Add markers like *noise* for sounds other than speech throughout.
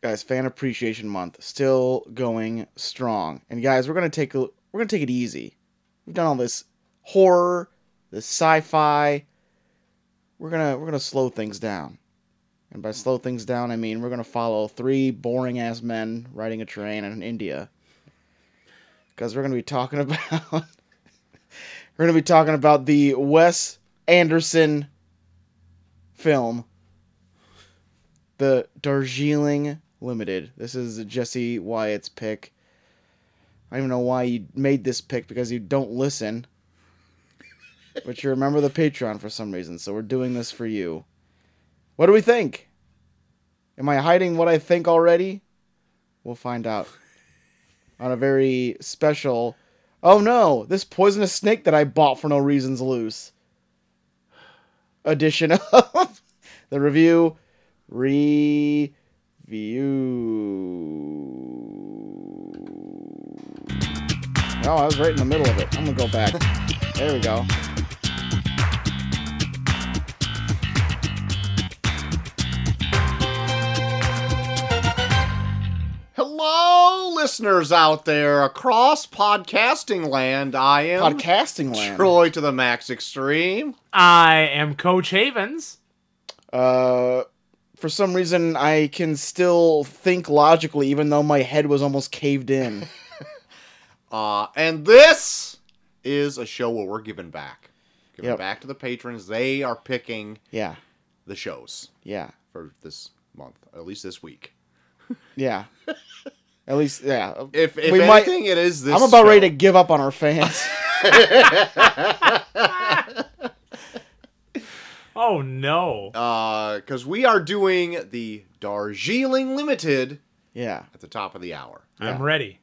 guys, Fan Appreciation Month still going strong. And guys, we're gonna take a, we're gonna take it easy. We've done all this horror, this sci-fi. We're gonna we're gonna slow things down. And by slow things down, I mean we're gonna follow three boring ass men riding a train in India. Because we're gonna be talking *laughs* about we're gonna be talking about the Wes Anderson film, the Darjeeling Limited. This is Jesse Wyatt's pick. I don't even know why you made this pick because you don't listen. But you remember the Patreon for some reason, so we're doing this for you. What do we think? Am I hiding what I think already? We'll find out on a very special. Oh no, this poisonous snake that I bought for no reason's loose. Edition of *laughs* the review review. No, Oh, I was right in the middle of it. I'm gonna go back. There we go. Hello, listeners out there across podcasting land. I am Podcasting land. Troy to the max extreme. I am Coach Havens. Uh, for some reason, I can still think logically, even though my head was almost caved in. Uh, and this is a show where we're giving back. Giving Yep. back to the patrons. They are picking yeah, the shows yeah, for this month, at least this week. yeah. At least, yeah. If, if We might- anything, it is this. I'm about show. ready to give up on our fans. Oh no. Because Uh, we are doing the Darjeeling Limited yeah. at the top of the hour. I'm ready.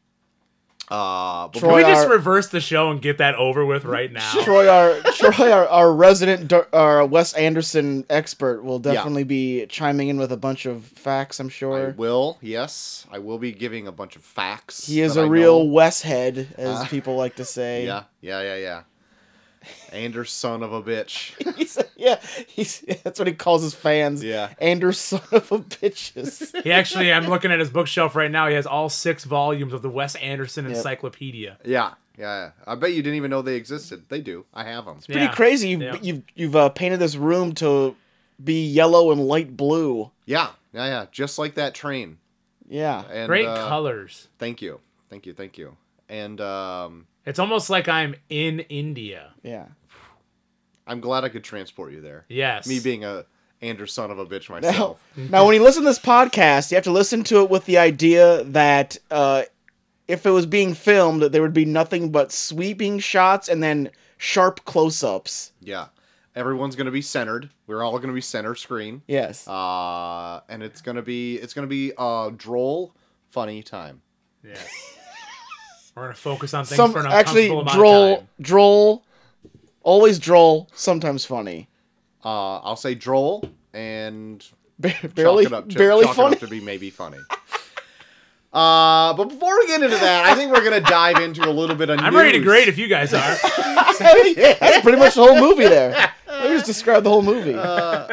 Uh, but Can Troy, we just our- reverse the show and get that over with *laughs* right now? Troy, our Troy, our, our resident Dar- our Wes Anderson expert, will definitely be chiming in with a bunch of facts. I'm I sure will, yes. I will be giving a bunch of facts. he is that a I real know. Wes head, as Uh, people like to say. Yeah, yeah, yeah, yeah. Anders, son of a *laughs* bitch. *laughs* He's- yeah, he's, that's what he calls his fans. Yeah. Anders, son of a *laughs* bitches. He actually, I'm looking at his bookshelf right now. He has all six volumes of the Wes Anderson Yep. Encyclopedia. Yeah, yeah. I bet you didn't even know they existed. They do. I have them. Pretty Yeah. crazy. You've Yeah. you've, you've uh, painted this room to be yellow and light blue. Yeah, yeah, yeah. Just like that train. Yeah, And, Great uh, colors. Thank you, thank you, thank you. And um, It's almost like I'm in India. yeah. I'm glad I could transport you there. Yes. Me being a Anders, son of a bitch Now, myself. now, when you listen to this podcast, you have to listen to it with the idea that uh, if it was being filmed, there would be nothing but sweeping shots and then sharp close-ups. Yeah. Everyone's gonna be centered. We're all gonna be center screen. Yes. Uh, and it's gonna be it's gonna be a droll, funny time. Yes. We're gonna focus on things Some for an actually uncomfortable amount of droll, time. droll, always droll, sometimes funny, Uh, I'll say droll and Ba- chalk barely, it up to, barely chalk it *laughs* up funny. to be maybe funny. Uh, but before we get into that, I think we're gonna dive into a little bit of. I'm ready to news. grade if you *laughs* guys are. That's pretty much the whole movie there. Let me just describe the whole movie. Uh,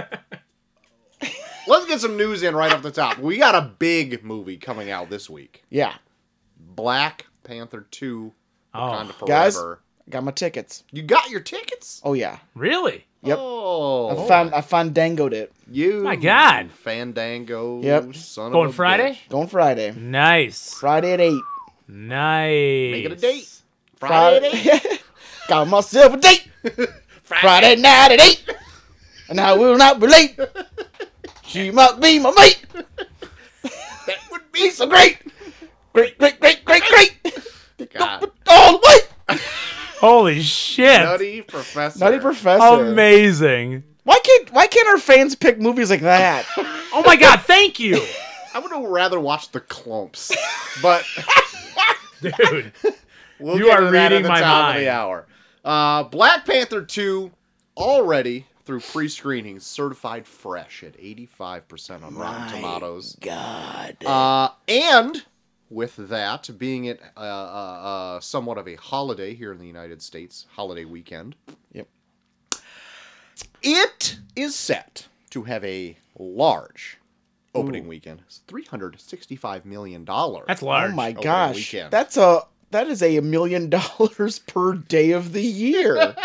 Let's get some news in right off the top. We got a big movie coming out this week: yeah, Black Panther Two: Wakanda oh, Guys? Forever. got my tickets. you got your tickets? Oh yeah, really? Yep. Oh, I found I fandangoed it. you, My God. Fandango. Yep. Son Going of a Friday? bitch. Going Friday, Nice. Friday at eight. Nice. Make it a date. Friday. *laughs* Friday. Got myself a date. *laughs* Friday night at eight. And I will not be late. She must be my mate. That would be So great. Great, great, great, great, great. God. All the way. Holy shit. Nutty Professor. Nutty Professor. Amazing. Why can't why can't our fans pick movies like that? Oh my god, *laughs* thank you. I would have rather watched the clumps, *laughs* but Dude. we'll You get are to that at reading the my top of mind. the hour. Uh, Black Panther two already through pre-screening certified fresh at eighty five percent on Rotten Tomatoes. *laughs* God. Uh, and with that being it uh, uh, uh, somewhat of a holiday here in the United States, holiday weekend. Yep. It is set to have a large opening weekend. It's three hundred sixty-five million dollars. That's large. oh my over the gosh, weekend. that's a that is a million *laughs* dollars per day of the year.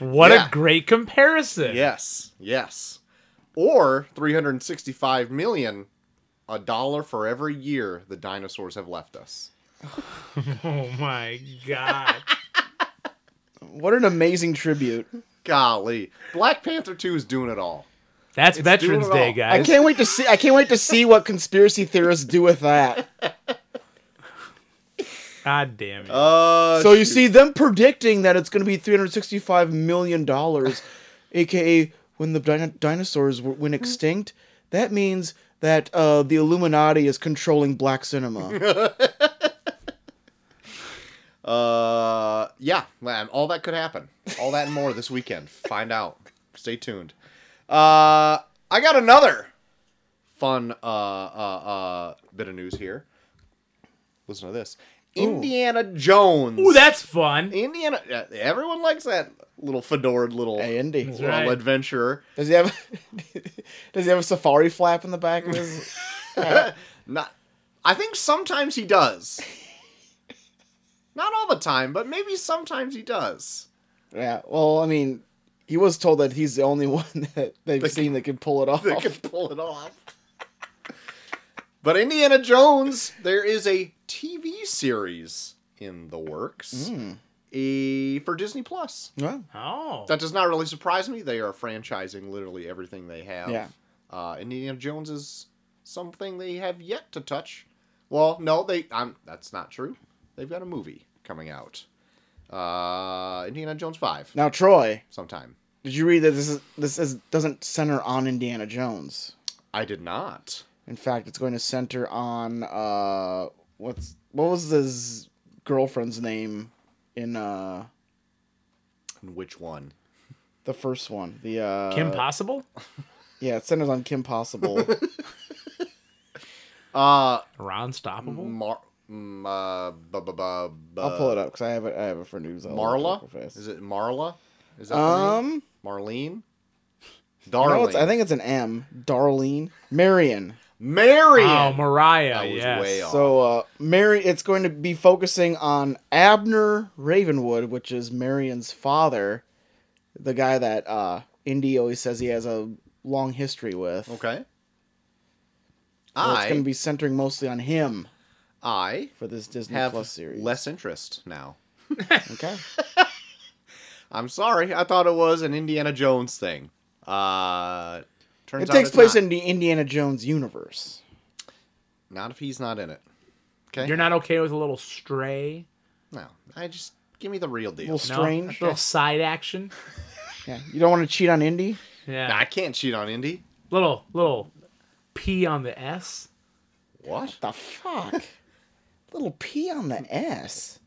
What Yeah. a great comparison. Yes, yes, or three hundred sixty-five million, a dollar for every year the dinosaurs have left us. Oh my god. what an amazing tribute! Golly, Black Panther Two is doing it all. *laughs* That's It's Veterans doing it Day, all. I guys. can't wait to see. I can't wait to see what conspiracy theorists do with that. God damn it. Uh, so you see them predicting that it's going to be 365 million dollars aka when the dino- dinosaurs w- went extinct that means that uh, the illuminati is controlling black cinema Uh, yeah, man, all that could happen. All that and more this weekend. Find out. Stay tuned. Uh, I got another fun uh, uh, uh, bit of news here. Listen to this. Indiana Jones. Ooh, that's fun. Indiana. yeah, Everyone likes that little fedored little, hey andy little Right. adventurer. does he have does he have a *laughs* safari flap in the back of his Not. I think sometimes *laughs* he does. Not all the time, but maybe sometimes he does. *laughs* yeah well i mean he was told that he's the only *laughs* one that they've seen that can pull it off *laughs* that can pull it off. But Indiana Jones, there is a TV series in the works Mm. eh, for Disney Plus. Well, Oh. That does not really surprise me. They are franchising literally everything they have. Yeah. Uh, Indiana Jones is something they have yet to touch. Well, no, they. I'm, that's not true. They've got a movie coming out. Uh, Indiana Jones Five now troy sometime. did you read that this is this is, doesn't center on indiana jones I did not. In fact, it's going to center on uh, what's what was his girlfriend's name in uh, Which one? the first one? The uh, Kim Possible? Yeah, it centers on Kim Possible. Uh, Ron Stoppable? Mar- mm, uh, bu- bu- bu- bu- I'll pull it up because I have a, I have a friend who's a Marla? Is Is it Marla? Is it that the name? um, Marlene? no, Darling. it's, I think it's an M. Darlene, Marion. Marion. Oh, Mariah. That was yes. way off. So uh, Mary, it's going to be focusing on Abner Ravenwood, which is Marion's father, the guy that uh, Indy always says he has a long history with. okay. So it's I going to be centering mostly on him I for this Disney have Plus series. less interest now. Okay. I'm sorry. I thought it was an Indiana Jones thing. Uh, turns it out takes it's place not. in the Indiana Jones universe. Not if he's not in it. Okay. You're not okay with a little stray? No. I just give me the real deal. Well, No? Strange. A little side action? Yeah. You don't want to cheat on Indy? Yeah. I can't cheat on Indy. Little, little P on the S? What? The fuck? *laughs* Little P on the S.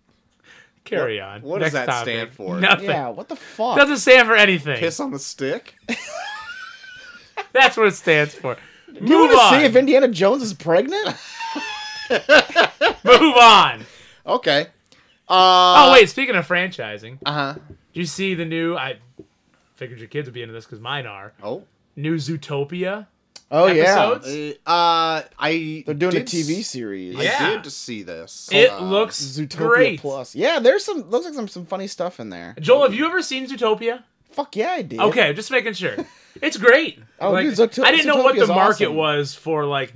Carry on. what does that Next topic. stand for? Nothing. Yeah, what the fuck? Doesn't stand for anything. Piss on the stick? That's what it stands for. Do you Move want to see on. if Indiana Jones is pregnant? Move on. Okay. Uh, Oh wait, speaking of franchising, Uh huh. do you see the new? I figured your kids would be into this because mine are Oh. new Zootopia. *laughs* Oh, yeah. Episodes? Uh, I. They're doing a did TV s- series. I Yeah. did see this. It Uh, looks Zootopia great. Plus. Yeah, there's some, looks like some, some funny stuff in there. Joel, have you ever seen Zootopia? Fuck yeah, I did. Okay, just making sure. It's great. *laughs* Oh, Like, dude, Zoot- I didn't know what the Zootopia's market awesome. was for like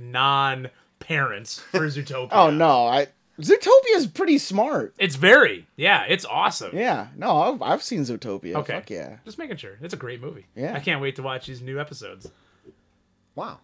*laughs* non-parents for Zootopia. Oh, no. I Zootopia's pretty smart. it's very yeah, it's awesome. Yeah. No, I've, I've seen Zootopia. Okay. Fuck yeah. Just making sure. It's a great movie. Yeah. I can't wait to watch these new episodes. Wow.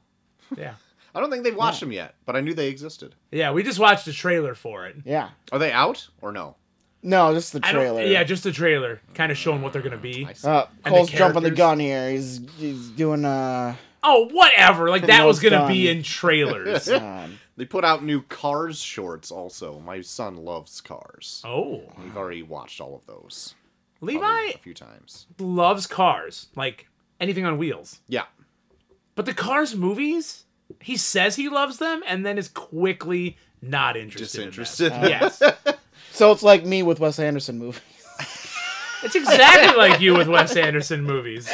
Yeah. *laughs* I don't think they've watched them yet, but I knew they existed. Yeah, we just watched a trailer for it. Yeah. Are they out or no? No, just the I don't- trailer. yeah, just the trailer, kind of showing what they're gonna be. I see. Uh, the Cole's jumping the characters. gun here. He's he's doing uh. Oh, whatever. Like that Well was gonna be done. *laughs* in trailers. um, they put out new Cars shorts also. My son loves Cars. oh, We've already watched all of those. Levi probably A few times. loves cars, like anything on wheels. Yeah. But the Cars movies, he says he loves them, and then is quickly not interested. in them. Disinterested. yes, so it's like me with Wes Anderson *laughs* movies. it's exactly like you with Wes Anderson movies.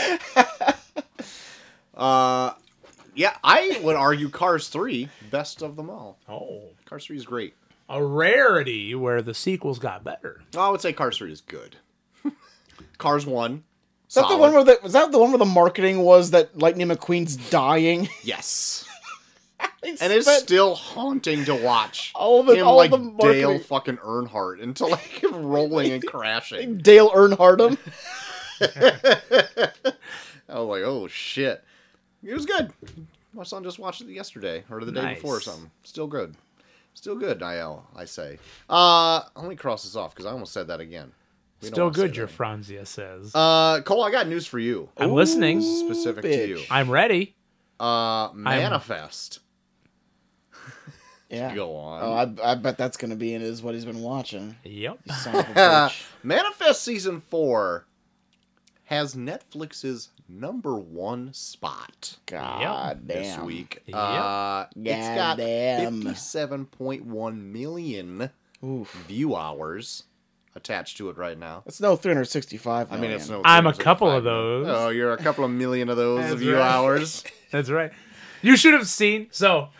Uh, *laughs* yeah, I would argue Cars 3 best of them all. Oh, Cars 3 is great. a rarity where the sequels got better. I would say Cars 3 is good. *laughs* Cars 1. Is that the one where the was that the one where the marketing was that Lightning McQueen's dying? *laughs* Yes. They And it's spent- still haunting to watch. All the- him all like the marketing- Dale fucking Earnhardt into like *laughs* rolling and crashing. Dale Earnhardt him. *laughs* I was like, oh shit. It was good. My son just watched it yesterday or the day Nice. before or something. Still good. Still good, Niall, I say. Uh let me cross this off because I almost said that again. We don't Still wanna say good, that your again. Franzia says. Uh Cole, I got news for you. I'm listening. Specific to bitch. you. I'm ready. Uh Manifest. Yeah. Go um, on. Oh, I, I bet that's gonna be in is what he's been watching. Yep. Son *laughs* of a bitch. Manifest season four has Netflix's number one spot God damn. this week. Yep. Uh, it's got Goddamn. fifty-seven point one million Oof. view hours attached to it right now. That's no 365. I mean, it's no. I'm a couple of 365. those. Oh, you're a couple of million of those That's view right. hours. That's right. You should have seen. So,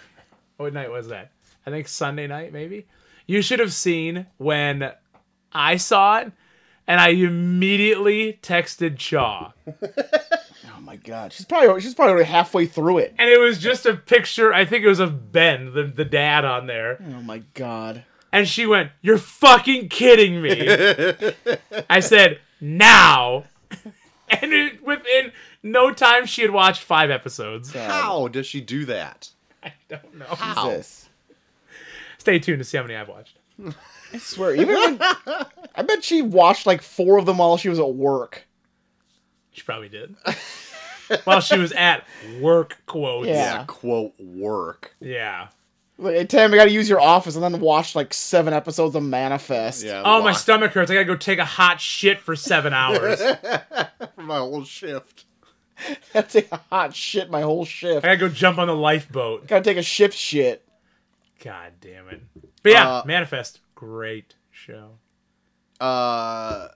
what night was that? I think Sunday night, maybe. You should have seen when I saw it, and I immediately texted Shaw, Oh my god. She's probably she's probably already halfway through it. and it was just a picture. I think it was of Ben, the the dad, on there. Oh my god. And she went, You're fucking kidding me. I said, Now. *laughs* And it, within no time, she had watched five episodes. How does she do that? *laughs* I don't know. How? Jesus. Stay tuned to see how many I've watched. I swear, even when, I bet she watched like four of them while she was at work. She probably did. *laughs* While she was at work, quotes. Yeah. Yeah, quote work. Yeah. Like, hey, Tim, I gotta use your office, and then watched like seven episodes of Manifest. Yeah. *laughs* Oh, my why? stomach hurts. I gotta go take a hot shit for seven hours. I my whole shift. gotta take a hot shit my whole shift. gotta go jump on the lifeboat. Gotta take a shift shit. God damn it. But yeah, Uh, Manifest. Great show. Uh,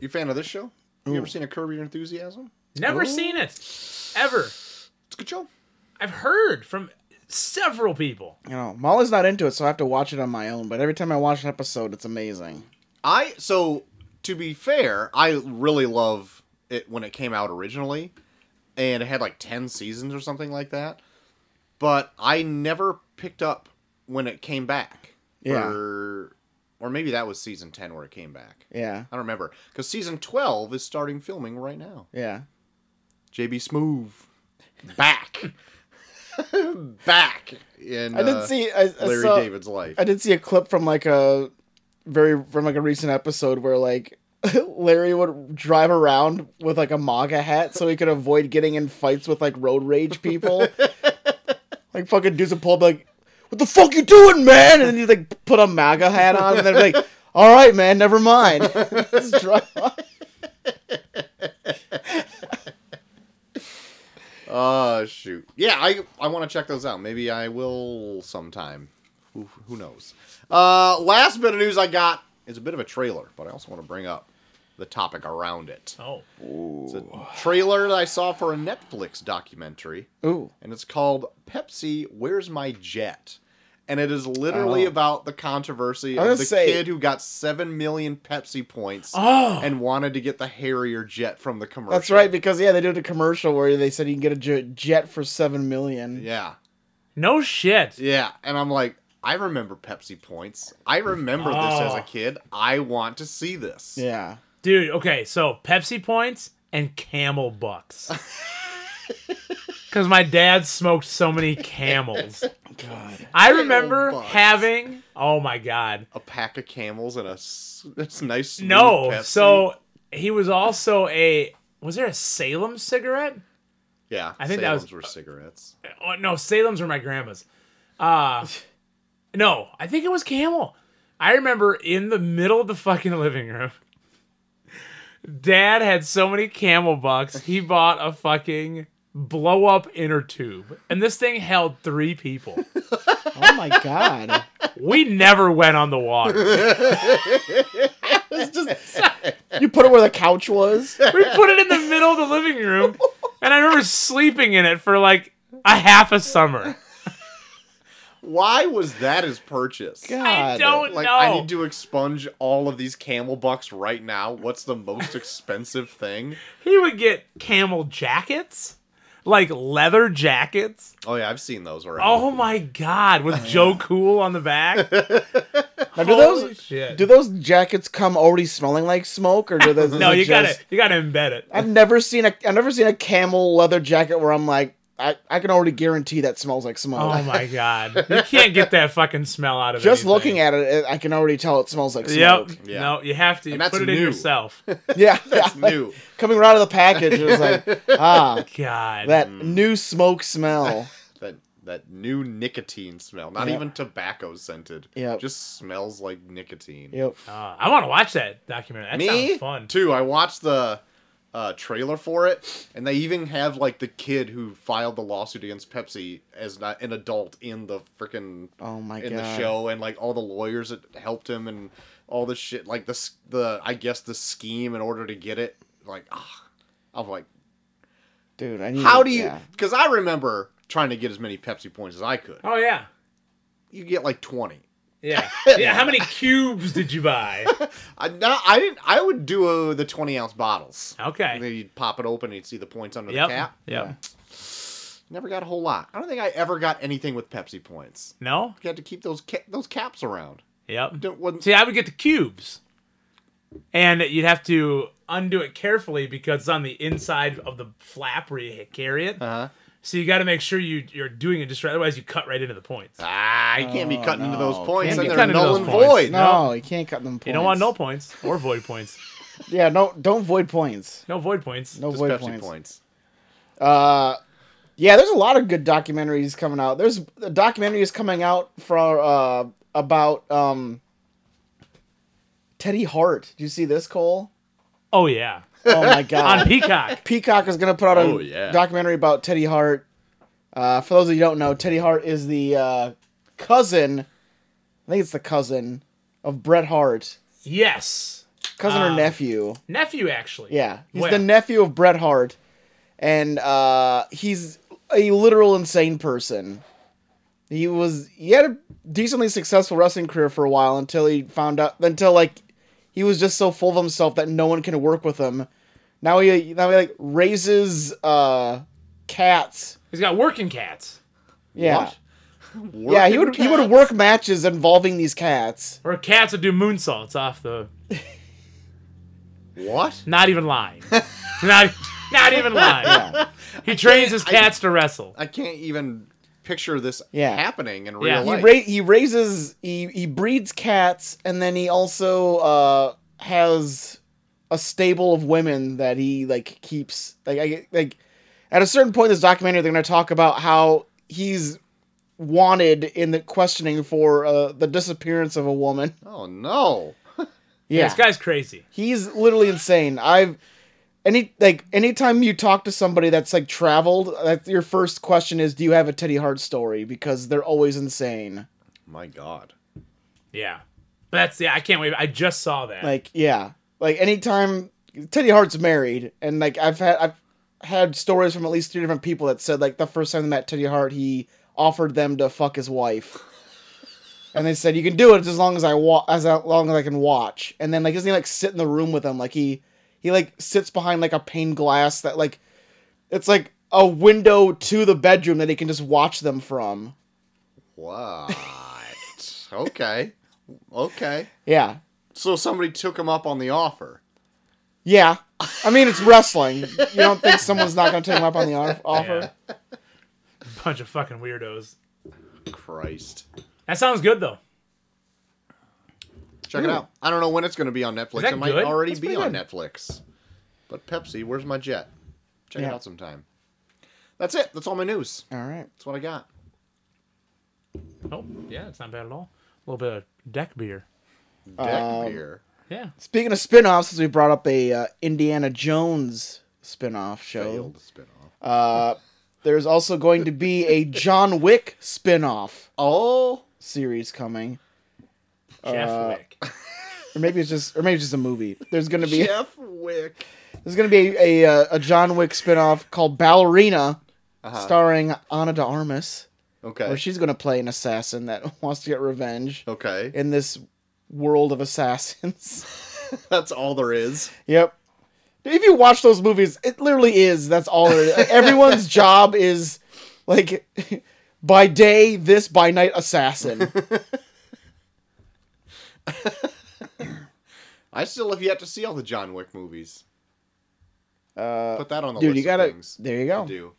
you fan of this show? You Ooh. ever seen a Curb Your Enthusiasm? Never seen it. Ever. It's a good show. I've heard from several people. You know, Molly's not into it, so I have to watch it on my own. But every time I watch an episode, it's amazing. I so to be fair, I really love it when it came out originally, and it had like ten seasons or something like that. But I never picked up when it came back. Yeah. Or, or maybe that was season ten where it came back. Yeah, I don't remember because season twelve is starting filming right now. yeah. JB Smoove, *laughs* back, back in. I did uh, see. I, I Larry saw, David's life. I did see a clip from like a very from like a recent episode where like *laughs* Larry would drive around with like a MAGA hat so he could avoid getting in fights with like road rage *laughs* people. like fucking dudes would pull up like, "What the fuck you doing, man?" And then he'd like put a MAGA hat on and then be like, "All right, man, never mind." *laughs* Just drive off. Oh shoot. Yeah, I I want to check those out. Maybe I will sometime. Who who knows? Uh, last bit of news I got is a bit of a trailer, but I also want to bring up the topic around it. Oh. It's a trailer that I saw for a Netflix documentary, Ooh, and it's called Pepsi. Where's my jet? And it is literally Oh. about the controversy I was of the gonna say- kid who got seven million Pepsi points Oh. and wanted to get the Harrier jet from the commercial. that's right because yeah, they did a commercial where they said you can get a j- jet for seven million. Yeah. No shit. Yeah, and I'm like, I remember Pepsi points. I remember this as a Oh. kid. I want to see this. Yeah. Dude, okay, so Pepsi points and *laughs* camel bucks. Cause my dad smoked so many camels. God. I remember Camel Bucks. having oh my god. A pack of camels and a s- it's nice. smooth No, Pepsi. so he was also a was there a Salem cigarette? yeah, I think that was- Salem's were *laughs* cigarettes. *laughs* Oh no, Salem's were my grandma's. Uh no, I think it was camel. I remember in the middle of the fucking living room. Dad had so many camel bucks, he bought a fucking blow up inner tube. And this thing held three people. Oh my god. We never went on the water. It's just *laughs* you put it where the couch was. We put it in the middle of the living room. And I remember sleeping in it for like a half a summer. Why was that his purchase? God. I don't Like know. I need to expunge all of these camel bucks right now. What's the *laughs* most expensive thing? He would get camel jackets, like leather jackets. Oh yeah, I've seen those already. Oh my god, with Joe Cool on the back. *laughs* Now, do Holy those shit. do those jackets come already smelling like smoke, or do those? *laughs* no, is it you gotta just- you gotta embed it. I've never seen a I've never seen a camel leather jacket where I'm like I, I can already guarantee that smells like smoke. Oh my god, you can't get that fucking smell out of *laughs* it. Just looking at it, it, I can already tell it smells like Yep. smoke. *laughs* Yeah. No, you have to. You And that's put it in new. yourself. Yeah, That's yeah, like, new. Coming right out of the package, it was *laughs* like ah, God. that Mm. new smoke smell. That that new nicotine smell. Not Yeah. even tobacco scented. Yep. Just smells like nicotine. Yep. Uh, I want to watch that documentary. That Me sounds fun. too. I watched the uh, trailer for it, and they even have like the kid who filed the lawsuit against Pepsi as not an adult in the freaking Oh my in god. the show, and like all the lawyers that helped him and all the shit. Like the s- the I guess the scheme in order to get it. Like ah, I'm like, dude. I need. how do you? Mm, yeah. Because I remember trying to get as many Pepsi points as I could. Oh yeah. You get like twenty. Yeah. *laughs* Yeah. How many cubes did you *laughs* buy? I no, I didn't. I would do uh, the twenty ounce bottles. And Okay. then you'd pop it open and you'd see the points under Yep. the cap. Yep. Never got a whole lot. I don't think I ever got anything with Pepsi points. No. You had to keep those ca- those caps around. Yep. Don't wasn't See, I would get the cubes, and you'd have to undo it carefully because it's on the inside of the flap where you carry it. uh-huh. So you got to make sure you you're doing it just right. Otherwise, you cut right into the points. Ah, you can't be Oh, cutting into no. those points, Can't and be they're cutting into null those and points. void. No, you can't cut them. Points. You don't want no points or void points. Yeah, no, don't void points. No void points. No Just void Pepsi points. points. Uh, yeah, there's a lot of good documentaries coming out. There's a documentary is coming out from uh about um Teddy Hart. Do you see this, Cole? Oh yeah. Oh my On god! Peacock. Peacock is gonna put out a Oh, yeah. documentary about Teddy Hart. Uh, for those of you who don't know, Teddy Hart is the uh, cousin. I think it's the cousin of Bret Hart, Yes. cousin or Um, nephew. Nephew actually. Yeah, he's Well- the nephew of Bret Hart, and uh, he's a literal insane person. He was he had a decently successful wrestling career for a while until he found out until like he was just so full of himself that no one can work with him. Now he now he like raises uh cats. He's got working cats Yeah. What? Yeah, he Working would he would cats? work matches involving these cats. or cats that do moonsaults off the. What? Not even lying. *laughs* not not even lying. Yeah. He trains his I- cats to wrestle. I can't even picture this Yeah. happening in real Yeah. he life. ra- he raises he he breeds cats and then he also uh has a stable of women that he like keeps like I like at a certain point in this documentary they're going to talk about how he's wanted in the questioning for uh, the disappearance of a woman. oh no! Yeah. This guy's crazy. He's literally insane. I've any like anytime you talk to somebody that's like traveled, that's your first question is do you have a Teddy Hart story because they're always insane. My God. Yeah. But that's yeah. I can't wait. I just saw that. Like yeah, like anytime Teddy Hart's married, and like I've had I've had stories from at least three different people that said like the first time they met Teddy Hart, he offered them to fuck his wife, and they said you can do it as long as I wa- as long as I can watch. And then like doesn't he like sit in the room with them? Like he he like sits behind like a pane glass that like it's like a window to the bedroom that he can just watch them from. What? *laughs* okay. Okay. Yeah. So somebody took him up on the offer. Yeah. I mean, it's wrestling. You don't think someone's not going to take him up on the off- offer? Yeah. *laughs* Bunch of fucking weirdos. Christ. That sounds good though. Check it Ooh. out. I don't know when it's going to be on Netflix. Is that It might good? already That's be pretty on Hmm. good. Netflix. But Pepsi, where's my jet? Check it Yeah. out sometime. That's it. That's all my news. All right. That's what I got. Oh yeah, it's not bad at all. A little bit of deck beer. Deck Um, beer. Yeah. Speaking of spin-offs, since we brought up a uh, Indiana Jones spin-off show, Failed spinoff. uh, there's also going to be a John Wick spin-off *laughs* oh, series coming. Jeff uh, Wick. Or maybe it's just or maybe it's just a movie. There's going to be Jeff Wick. there's going to be a, a uh, a John Wick spin-off called Ballerina Uh-huh. starring Ana de Armas, Okay. where she's going to play an assassin that *laughs* wants to get revenge okay. in this world of assassins. *laughs* *laughs* That's all there is. yep. If you watch those movies, it literally is. That's all there is. Everyone's job is like *laughs* by day this, by night assassin. I still have yet to see all the John Wick movies. Uh, Put that on the dude, list you gotta. of things There you to go. do.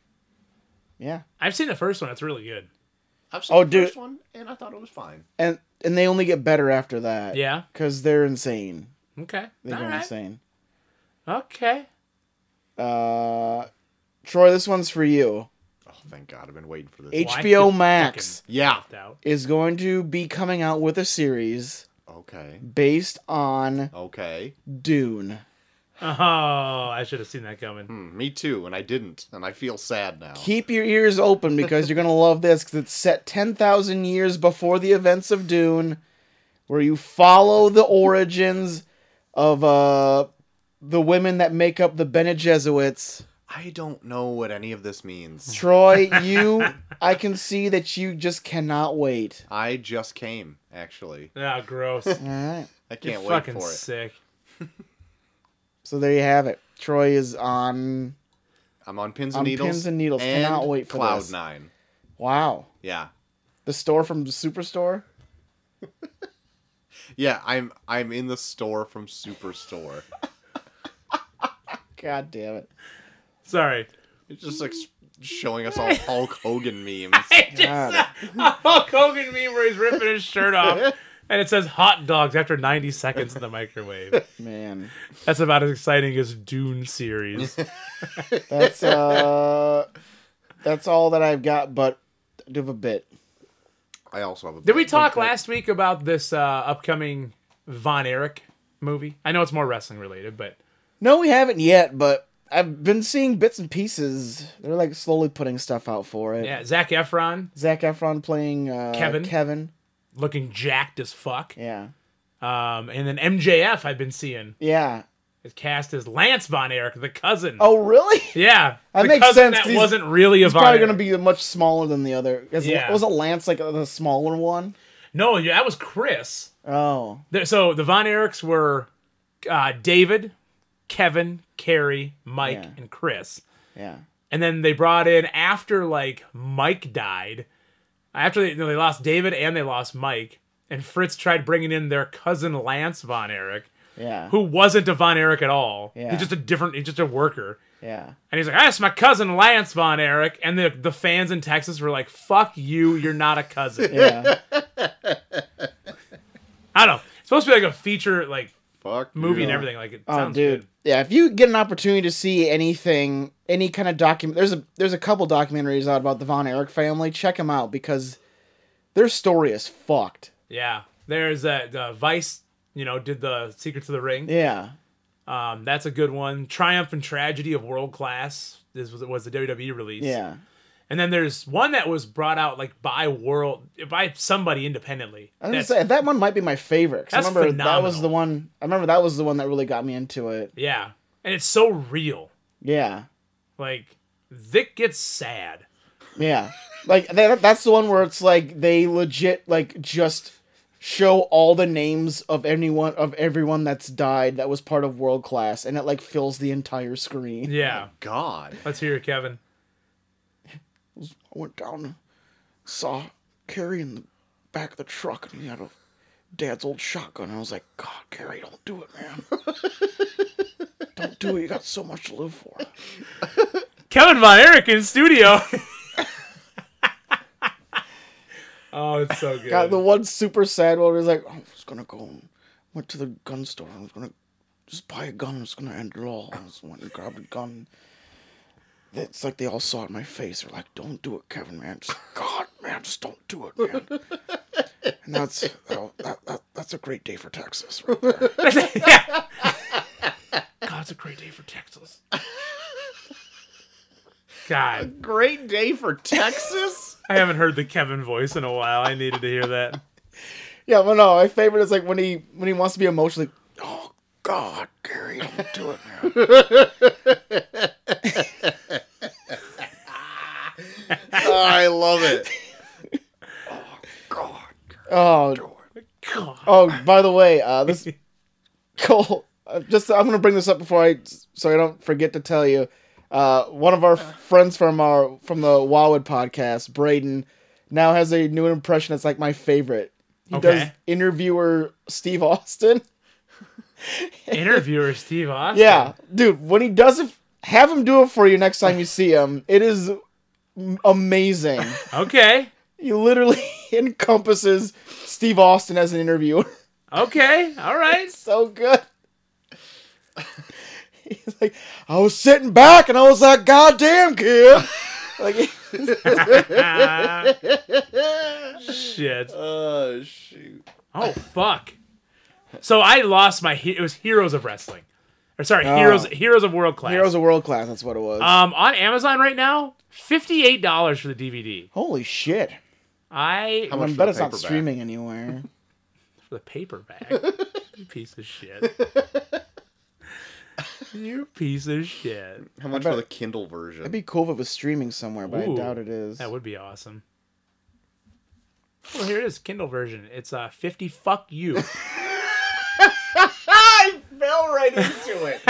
Yeah. I've seen the first one. It's really good. I've seen Oh, the dude. first one and I thought it was fine. And and they only get better after that. Yeah. Because they're insane. Okay. They All go right. insane. Okay. Uh, Troy, this one's for you. Oh, thank God, I've been waiting for this. H- Well, I HBO could Max. fucking yeah. opt out. Is going to be coming out with a series Okay. based on Okay. Dune. Oh, I should have seen that coming. Hmm, me too, and I didn't, and I feel sad now. Keep your ears open because you're gonna love this because it's set ten thousand years before the events of Dune, where you follow the origins of uh the women that make up the Bene Gesserit. I don't know what any of this means. Troy, you, I can see that you just cannot wait. I just came, actually. Ah, gross. All right. I You're can't wait fucking for it. sick. So there you have it. Troy is on. I'm on pins On and needles. pins and needles. Cannot wait for Cloud this. Nine. Wow. Yeah, The store from the Superstore? yeah. I'm I'm in the store from Superstore. God damn it. Sorry. it's just like s- showing us all Hulk Hogan memes. It *laughs* just God. a *laughs* Hulk Hogan meme where he's ripping his shirt *laughs* off, and it says "hot dogs" after 90 seconds in the microwave. Man. That's about as exciting as *laughs* Dune series. That's uh that's all that I've got but I do have a bit. I also have a. Did we talk last week about this uh, upcoming Von Erich movie? I know it's more wrestling related, but No, we haven't yet, but I've been seeing bits and pieces. They're like slowly putting stuff out for it. yeah, Zach Efron Zach Efron playing uh, Kevin? Kevin. looking jacked as fuck, Yeah. um, and then MJF I've been seeing Yeah. is cast as Lance Von Erich, the cousin. Oh really? *laughs* yeah, That the makes cousin sense, That 'cause he's- wasn't really a It's Von. probably gonna Erich. be much smaller than the other. 'cause Yeah. Wasn't Lance like the smaller one? no, yeah, that was Chris. Oh. There, so the Von Erichs were uh, David, Kevin, Carrie, Mike, Yeah. and Chris. Yeah. And then they brought in after like Mike died, after they, no, they lost David and they lost Mike, and Fritz tried bringing in their cousin Lance Von Erich, Yeah. who wasn't a Von Erich at all. Yeah. He's just a different, he's just a worker. Yeah. And he's like, that's my cousin Lance Von Erich. And the, the fans in Texas were like, fuck you, you're not a cousin. *laughs* *laughs* Yeah. I don't know. It's supposed to be like a feature, like Fuck movie you. and everything. Like it Oh, sounds dude, good. yeah. If you get an opportunity to see anything, any kind of document, there's a there's a couple documentaries out about the Von Erich family. Check them out because their story is fucked. Yeah, there's that uh, Vice. You know, did the Secrets of the Ring. Yeah, Um, that's a good one. Triumph and Tragedy of World Class. This was was the WWE release. yeah, And then there's one that was brought out like by World by somebody independently. I was That's- gonna say that one might be my favorite. 'cause I That's remember that was phenomenal. the one. I remember that was the one that really got me into it. yeah, and it's so real. Yeah, Like Vic gets sad. yeah. like that, that's the one where it's like they legit like just show all the names of anyone of everyone that's died that was part of world class and it like fills the entire screen Yeah, God. let's hear it, Kevin. I went down and saw Carrie in the back of the truck and he had a dad's old shotgun. And I was like, God, Carrie, don't do it, man. *laughs* don't do it. You got so much to live for. Kevin Von Erich in studio. *laughs* *laughs* oh, it's so good. Got the one super sad one was like, oh, I was going to go and went to the gun store. and I was going to just buy a gun. I was going to end it all. I just went and grabbed a gun. It's like they all saw it in my face. They're like, don't do it, Kevin, man. Just, God, man, just don't do it, man. And that's oh, that, that, that's a great day for Texas right there. *laughs* yeah. God, it's a great day for Texas. God, Great day for Texas. I haven't heard the Kevin voice in a while. I needed to hear that. *laughs* Yeah, but no, my favorite is like when he when he wants to be emotional. Like, oh God, Gary, don't do it, man. *laughs* I love it. Oh Oh, God. oh. By the way, uh, this Cole. uh, Just I'm gonna bring this up before I so I don't forget to tell you. Uh, one of our friends from our from the Wildwood podcast, Braden, now has a new impression. that's like my favorite. He does Okay. interviewer Steve Austin. *laughs* *laughs* Interviewer Steve Austin. Yeah, dude, when he does it, have him do it for you next time you see him. It is m- amazing. Okay. he literally *laughs* encompasses Steve Austin as an interviewer. Okay. All right. *laughs* so good. He's like, I was sitting back and I was like, goddamn kid. Like, *laughs* Ah, God. shit. Oh shoot. Oh fuck. So I lost my. He- it was Heroes of Wrestling, or sorry, Oh. Heroes Heroes of World Class. Heroes of World Class, that's what it was. um, on Amazon right now, fifty eight dollars for the DVD. Holy shit. I How I much for bet the it's not paperback? streaming *laughs* anywhere. for the paperback. you piece of shit. you piece of shit. How much bet- for the Kindle version? It'd be cool if it was streaming somewhere, but I Ooh, doubt it is. That would be awesome. Well, here it is, Kindle version. It's uh, fifty. Fuck you. *laughs* I fell right into *laughs* it.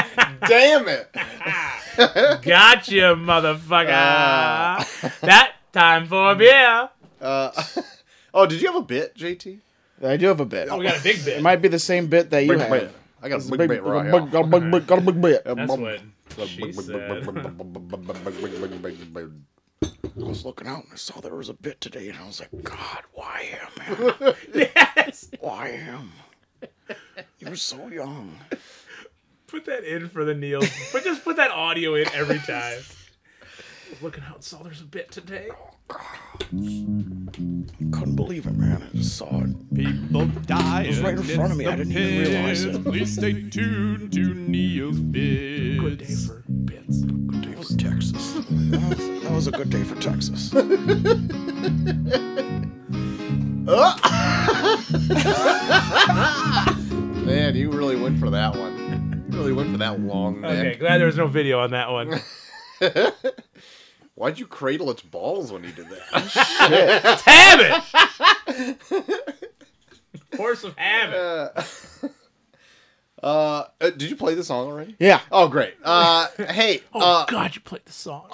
Damn it. Gotcha, motherfucker. that time for a beer. Uh, oh, did you have a bit, JT? I do have a bit. We Oh, got a big bit. It might be the same bit that you Big have. bit. I got a It's big, a bit right got a big- here. got a big bit, got a big bit. That's what *laughs* she said. That's I was looking out and I saw there was a bit today, and I was like, God, why him? *laughs* man? *laughs* yes. Why him? You're so young. Put that in for the Neil. But just put that audio in every time. Looking out, saw there's a bit today. Couldn't believe it, man. I just saw it. People die. It was right in front of me. I didn't even realize it. Please stay tuned to Neil's Bits. Good day for bits. Day for Texas. *laughs* That was, that was a good day for Texas. Man, you really went for that one. You really went for that long neck. Okay, glad there was no video on that one. *laughs* Why'd you cradle its balls when you did that? *laughs* Habit. *laughs* Force of habit. uh, uh, did you play the song already? *laughs* Yeah. Oh, great. *laughs* Uh, hey, Oh uh, God, you played the song.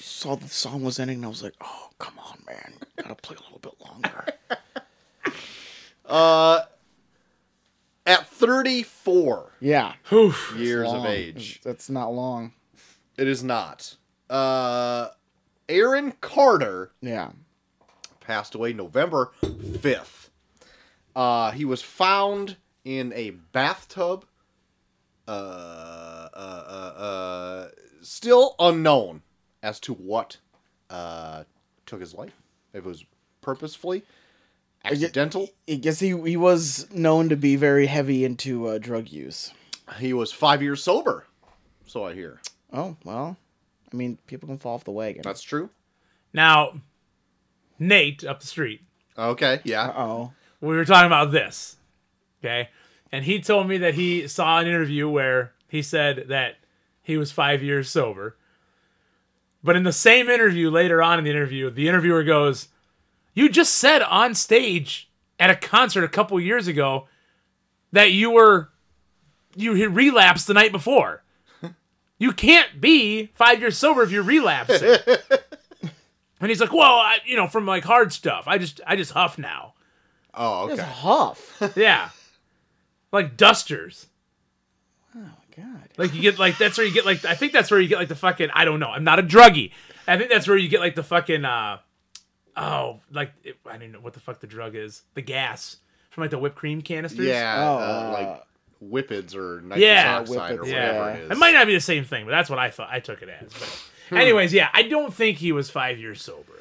Saw the song was ending, and I was like, oh, come on, man. Gotta play a little bit longer. at 34 *laughs* Yeah. Oof. years Long. of age, That's not long. it is not. Uh, Aaron Carter Yeah. passed away November 5th. Uh, he was found in a bathtub, uh, uh, uh, uh, still unknown as to what uh, took his life. If it was purposefully, accidental. I guess he, he was known to be very heavy into uh, drug use. He was five years sober, so I hear. Oh, well. I mean, people can fall off the wagon. That's true. Now, Nate up the street. Okay, yeah. oh. we were talking about this, okay? And he told me that he saw an interview where he said that he was five years sober. But in the same interview, later on in the interview, the interviewer goes, You just said on stage at a concert a couple years ago that you were, you had relapsed the night before. *laughs* You can't be five years sober if you're relapsing. and he's like, Well, I, you know, from like hard stuff. I just, I just huff now. Oh, It's okay. *laughs* Huff. oh, Yeah. Like dusters. God. Like you get like that's where you get like I think that's where you get like the fucking I don't know. I'm not a druggie. I think that's where you get like the fucking uh oh, like it, I don't know what the fuck the drug is. The gas from like the whipped cream canisters. Yeah, Oh, uh, uh, like whippids or nitrous Yeah. oxide or Whippets, whatever yeah. it is. Hmm. It might not be the same thing, but that's what I thought I took it as. But anyways, yeah, I don't think he was 5 years sober.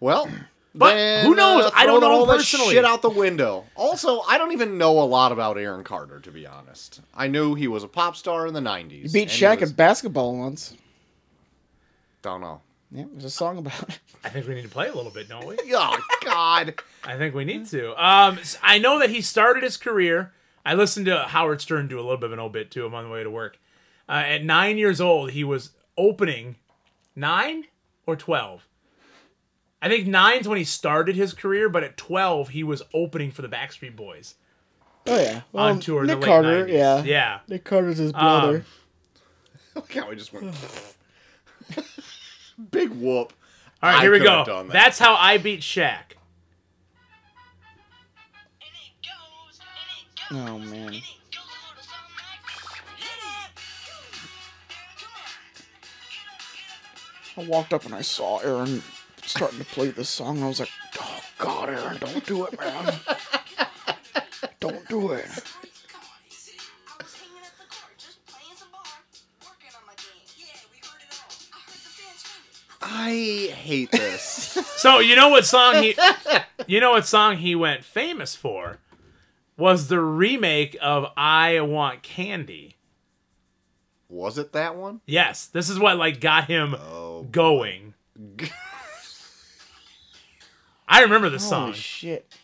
Well, *clears throat* But then, uh, who knows? I don't throw know him all that personally. Shit out the window. Also, I don't even know a lot about Aaron Carter to be honest. I knew he was a pop star in the '90s. He beat and he Shaq was- at basketball once. Don't know. Yeah, there's a song about it. *laughs* I think we need to play a little bit, don't we? Oh God. *laughs* I think we need to. Um, s- I know that he started his career. I listened to Howard Stern do a little bit of an obit to him on the way to work. Uh, at nine years old, he was opening nine or twelve I think nine's when he started his career, but at twelve he was opening for the Backstreet Boys Oh yeah, well, on tour in Nick the late Carter, 90s. yeah, yeah. Um, Nick Carter's his brother. Look how we just went. *laughs* Big whoop. All right, I here we coulda go. done that. That's how I beat Shaq. Oh, man. I walked up and I saw Aaron starting to play this song. And I was like, "Oh God, Aaron, don't do it, *laughs* man! Don't do it." I hate this. *laughs* So you know what song he, you know what song he went famous for, was the remake of "I Want Candy." Was it that one? Yes, this is what like got him going. I remember the Holy song. shit!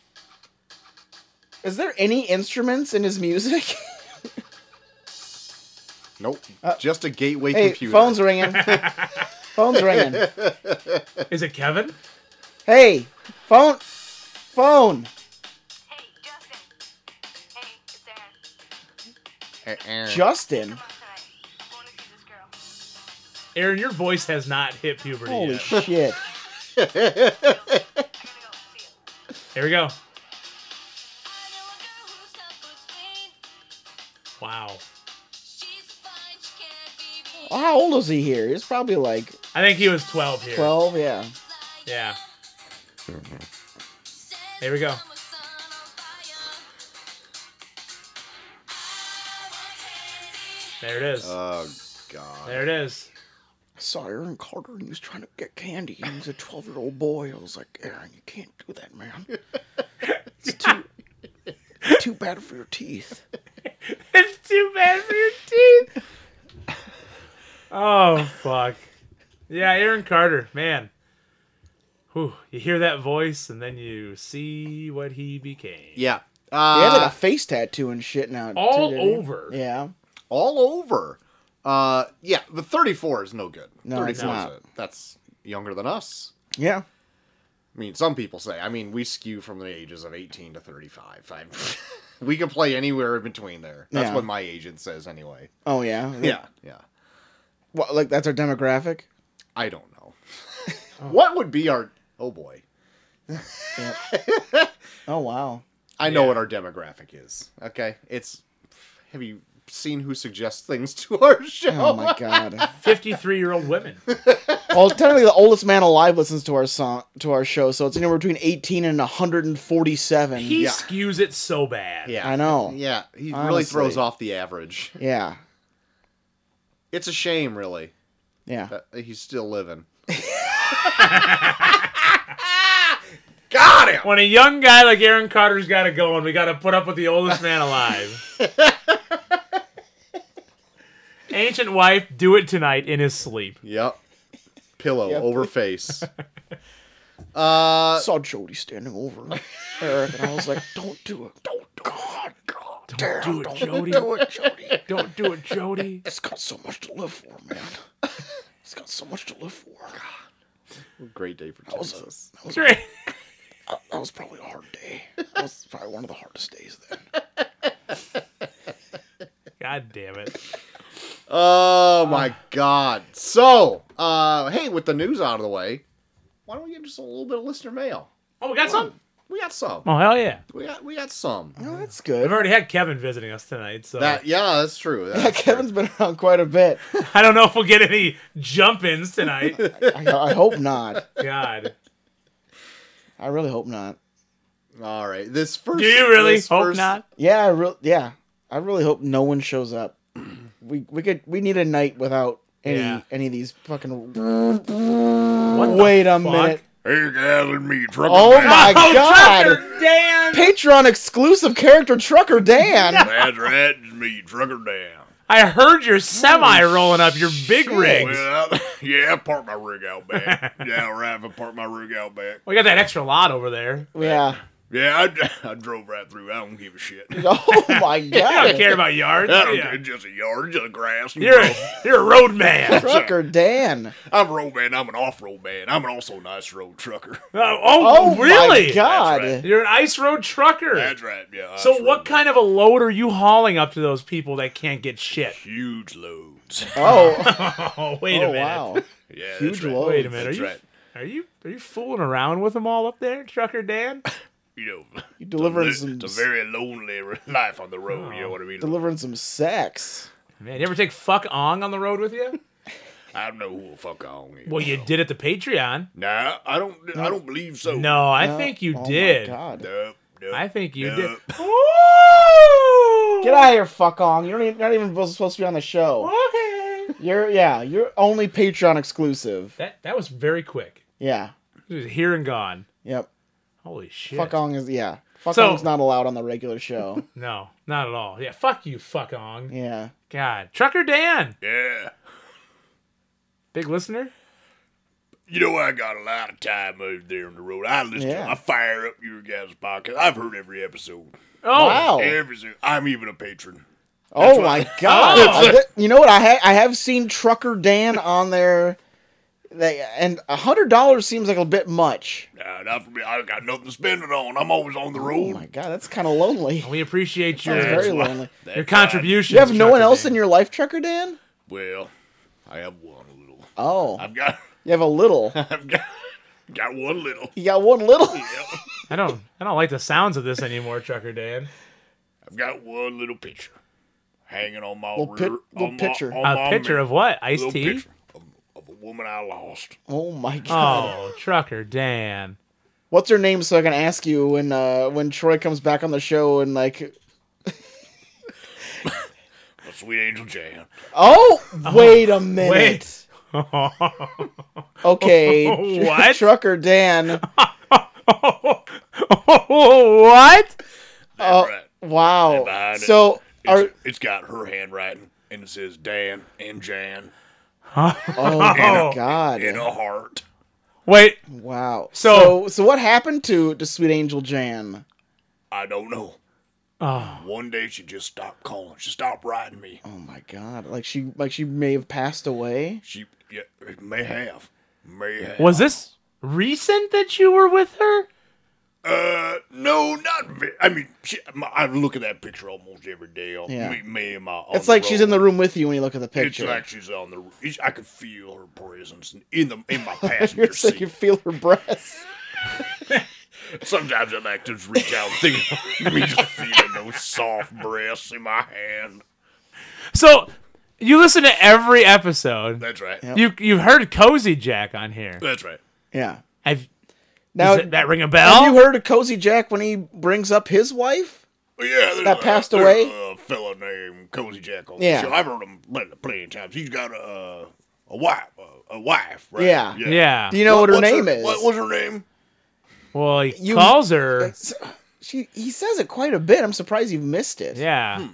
Is there any instruments in his music? *laughs* Nope. just a gateway Uh, hey, computer. phone's ringing. phone's ringing. Is it Kevin? Hey, phone, phone. Eh, eh. Justin, Aaron, your voice has not hit puberty holy yet. shit! Here we go. Wow. Well, how old is he here? He's probably like I think he was 12 here. twelve. Yeah. Yeah. There we go. There it is. *laughs* Oh god. there it is. I saw Aaron Carter and he was trying to get candy. And he's a 12 year old boy. I was like, Aaron, you can't do that, man. It's too, too bad for your teeth. It's too bad for your teeth. *laughs* oh, fuck. Yeah, Aaron Carter, man. Whew, you hear that voice and then you see what he became. Yeah. He had like a Uh, face tattoo and shit now. too, All didn't he? over. Yeah. all over. Uh, yeah, the 34 is no good. No, 34 it's not. Is a, that's younger than us. Yeah. I mean, some people say. I mean, we skew from the ages of 18 to 35. I'm, *laughs* we can play anywhere in between there. That's Yeah. what my agent says anyway. Oh, yeah. Yeah. Yeah. What, like, that's our demographic? I don't know. *laughs* what would be our Oh boy. Yeah. oh, wow. I know Yeah. what our demographic is. Okay? It's Have you seen who suggests things *laughs* to our show? Oh, *laughs* my God. 53 year old women. well, technically, the oldest man alive listens to our song, to our show, so it's anywhere between 18 and 147. He Yeah. skews it so bad. Yeah. I know. Yeah, he really Honestly. throws off the average. yeah. It's a shame, really. Yeah. that Uh, he's still living. Got him. When a young guy like Aaron Carter's got it going, we got to put up with the oldest man alive. *laughs* Ancient wife, do it tonight in his sleep. Yep. Pillow Yep. over face. Uh, I saw Jody standing over Eric, and I was like, "Don't do it! Don't, God, God, don't do it, don't Jody. do it, Jody! Don't do *laughs* it, Jody. It's got so much to live for, man. It's got so much to live for. great day for was a- Texas. Great. That was probably a hard day. That was probably one of the hardest days then. God damn it. Oh my god. So, uh, hey, with the news out of the way, why don't we get just a little bit of listener mail? Oh, we got some? We got some. Oh, hell yeah. We got we got some. *laughs* No, that's We've good. already had Kevin visiting us tonight, so That yeah, that's true. That's Yeah, true. Kevin's been around quite a bit. *laughs* I don't know if we'll get any jump *laughs* ins tonight. I, I hope not. *laughs* God. I really hope not. All right. This first Do you really this hope first- *laughs* not? Yeah, I really, yeah, I really hope no one shows up. *clears throat* We we could we need a night without any Yeah. any of these fucking. What the Wait a fuck? minute. Hey, guys, it's me, Trevor. *laughs* Oh *laughs* my Oh, god! Trucker Dan! Patreon exclusive character Trucker Dan. That's right, it's me, Trucker Dan. I heard your semi rolling up, your big shit. rig. Well, I, *laughs* yeah, I *laughs* parked my rig out back. yeah, right, I parked my rig out back. We got that extra lot over there. *laughs* yeah. Yeah, I d- I, *laughs* drove right through. I don't give a shit. *laughs* I Oh my *laughs* I don't god. care about yards. don't Yeah. care. Just a yard, just a grass. and You're a, grass. you're a *laughs* road man. Uh, Trucker Dan. I'm a road man. I'm an off road man. I'm an also nice road trucker. *laughs* Oh, Oh oh, really? my god. That's You're an ice road trucker. That's right. Yeah. so ice what road. kind of a load are you hauling up to those people that can't get shit? *laughs* Huge loads. Uh, *laughs* Oh, Oh, *laughs* wait a oh minute. wow. Yeah. Huge that's right. load. Wait a minute. Are That's you, right. are you are you fooling around with them all up there, Trucker Dan? You know, *laughs* You delivering it's a- some it's a very lonely re- life on the road. Oh, You know what I mean? delivering some sex. Man, you ever take fuck ong on the road with you? I don't know who will fuck on you. Well, you did at the Patreon. Nah, I don't. I don't believe so. No, I No. think you Oh my did. god. Nope, nope. I think you did. Nope. Ooh! Get out of here, fuck on. You're not even- not even supposed to be on the show. Okay. You're yeah, you're only Patreon exclusive. That that was very quick. Yeah. It was here and gone. Yep. Holy shit. Fuck on is yeah. Fuck So- on's not allowed on the regular show. No, not at all. Yeah, fuck you, fuck *laughs* ong. yeah. God, Trucker Dan, Yeah. big listener. You know, I got a lot of time over there on the road. I listen. Yeah. I fire up your guys' podcast. I've heard every episode. Oh, Wow. Every. si- I'm even a patron. Oh my god! Oh. I did- *laughs* you know what? I ha- I have seen Trucker Dan on there, they, and a hundred dollars seems like a bit much. Nah, not for me. I got nothing to spend it on. I'm always on the Oh road. my god, that's kind of lonely. we appreciate your Sounds very *laughs* your lonely. That's contribution. You have no one else in your life, Trucker Dan? why- Well, I have one little. Oh, I've got. *laughs* you have a *laughs* little. I've got. Got one little. You got one *laughs* little. I don't. I don't like the sounds of this anymore, Trucker Dan. I've got one little picture hanging on my Little rear. pic- little on my- picture. on A my picture mirror. of what? Ice little tea. picture of, of a woman I lost. Oh my god! Oh, Trucker Dan. What's her name? So I can ask you when uh, when Troy comes back on the show and like. My sweet angel Jan. Oh, wait a minute. Okay, What? Trucker Dan. what? Oh, right. wow. behind it. So It's, are it's got her handwriting and it says Dan and Jan oh And my a- god. in a heart. Wait. Wow. So, So- so what happened to to Sweet Angel Jan? I don't know. Oh, One day she just stopped calling. She stopped writing me. Oh my god. Like she like she may have passed away. She yeah, it may have. May have. was this recent that you were with her? Uh, no, not. Very, I mean, she, my, I look at that picture almost every day. On, Yeah. me, me and my. on It's like she's in the road. room with you when you look at the It's picture. like she's on the. it's- I could feel her presence in the *laughs* in my passenger it's like you seat. feel her breath. Sometimes I like to just reach out, think me just feeling those soft breasts in my hand. So, you listen to every episode. That's right. You you've heard Cozy Jack on here. That's right. Yeah. Have Now does that ring a have you bell? heard of Cozy Jack when he brings up his wife? Well, Yeah, there's That a- passed there's away? A fella named Cozy Jack on Yeah. the show. I've heard him plenty, plenty of times. He's got a a wife, a, a wife, right? Yeah. yeah. Do you know what, her What's name is? What was her name? Well, he You- *laughs* calls her. It's- she he says it quite a bit. I'm surprised you've missed it. Yeah.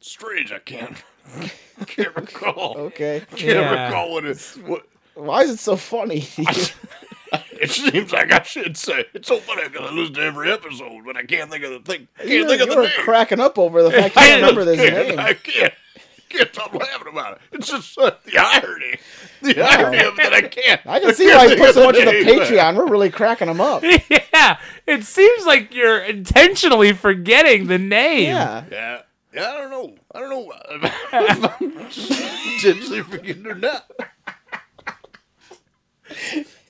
Strange, I can't *laughs* can't recall. *laughs* Okay. Can't Yeah. recall what it. What, Why is it so funny? *laughs* it seems like I should say. It's so funny because I listen to every episode, but I can't think of the thing. I can't you think of the you were name. cracking up over the *laughs* fact I I can't remember this can't, name. I can't. Can't stop laughing about it. It's just uh, the irony, the irony of it that I can't. I can see why he put so much in the Patreon. We're really cracking him up. *laughs* yeah. It seems like you're intentionally forgetting the name. Yeah. Yeah, yeah. I don't know. I don't know uh, *laughs* if I'm intentionally forgetting or not.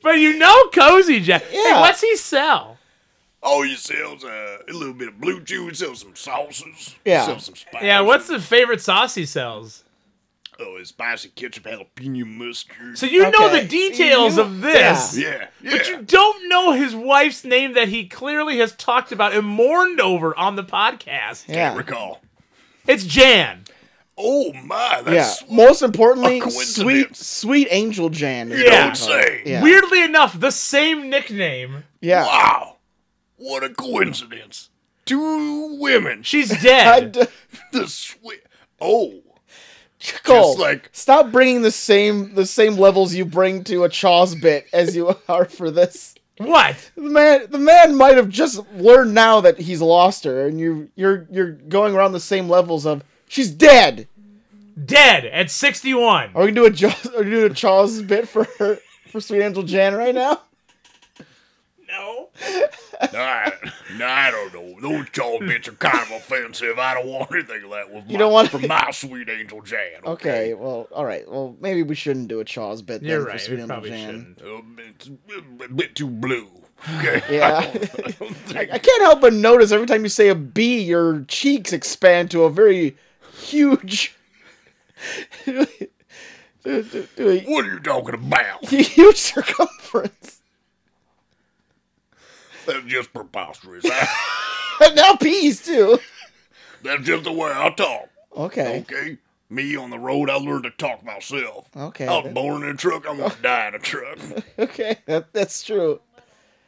But you know Cozy Jack. Hey, Yeah. what's he sell? Oh, he sells uh, a little bit of blue chew. He sells some sauces. Yeah. He sells some spices. Yeah, what's the favorite sauce he sells? Oh, his spicy ketchup, jalapeno mustard. So you know Okay. the details You- of this. yeah, yeah. But you don't know his wife's name that he clearly has talked about and mourned over on the podcast. Yeah. recall. It's Jan. Oh Yeah. my, that's yeah. Most importantly, A sweet coincidence. sweet Angel Jan. is You what Yeah. we don't call her. say. Yeah. Weirdly enough, the same nickname. Yeah. Wow, what a coincidence! Two women. *laughs* She, She's I dead. d- the sweet. Oh, Cole, like- stop bringing the same the same levels you bring to a Chaws bit as you *laughs* are for this. What? The man, the man might have just learned now that he's lost her, and you, you're, you're going around the same levels of she's dead. Dead at 61. Are we gonna do a Jaws, are we gonna do a Jaws bit for her, for Sweet Angel Jan right now? No. Nah, I, nah, I don't know. Those jaw bits are kind of offensive. I don't want anything of that with You my, don't want- from my sweet angel Jan. Okay, Okay. well, all right. Well, maybe we shouldn't do a Jaws bit then You're for right. Sweet We Angel probably Jan. shouldn't. Um, it's a bit too blue. Okay. *sighs* Yeah. *laughs* I don't, I don't think I can't help but notice every time you say a B, your cheeks expand to a very huge, *laughs* to to- to a What are you talking about? huge circumference. *laughs* That's just preposterous. I- And now P's too. that's just the way I talk. Okay. Okay? Me on the road, I learned to talk myself. Okay. I was born in a truck, I'm gonna die in a truck. *laughs* Okay. That, that's true.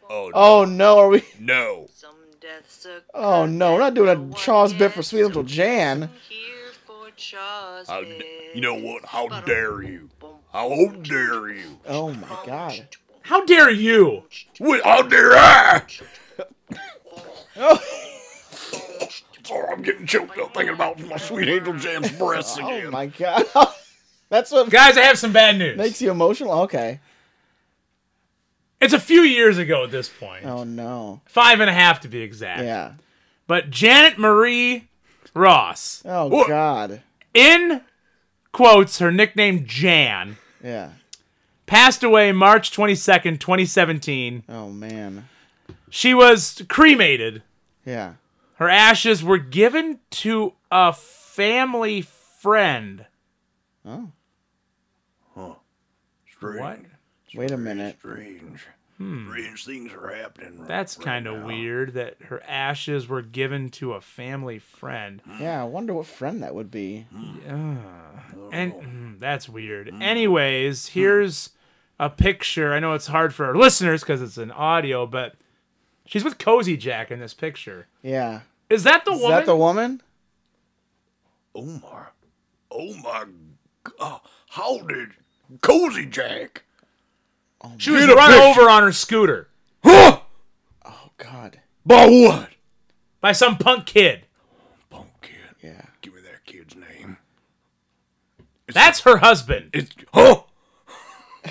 Oh, Oh no, are we? no. Some deaths occur *laughs* Oh no, we're not doing no a Charles one bit for gets Sweet Little Jan. Here for Charles How, d- bits. you know what? How dare you? How dare you? Oh my god. How dare you? What, how dare I? Oh, Sorry, Oh, I'm getting choked up thinking about my sweet angel Jan's breasts oh *laughs* again. my god. *laughs* That's what Guys, I have some bad news. *laughs* makes you emotional. Okay. It's a few years ago at this point. Oh no. Five and a half to be exact. Yeah. But Janet Marie Ross, Oh Whoa. god. in quotes, her nickname Jan, Yeah. passed away March 22nd, 2017. Oh man. She was cremated. Yeah. Her ashes were given to a family friend. Oh. Strange, What? Hmm. Wait a minute. Strange. Strange things are happening. right- That's right kind of now. weird that her ashes were given to a family friend. Yeah, I wonder what friend that would be. And mm, that's weird. Anyways, here's a picture. I know it's hard for our listeners because it's an audio, but she's with Cozy Jack in this picture. Yeah. Is that the Is woman? that the woman? Oh my. Oh my. God. uh, How did. Cozy Jack. she was run over on her scooter Huh? Oh god. By what? by some punk kid. Punk kid. Yeah. Give me that kid's name. That's her husband, It's. Huh? *laughs*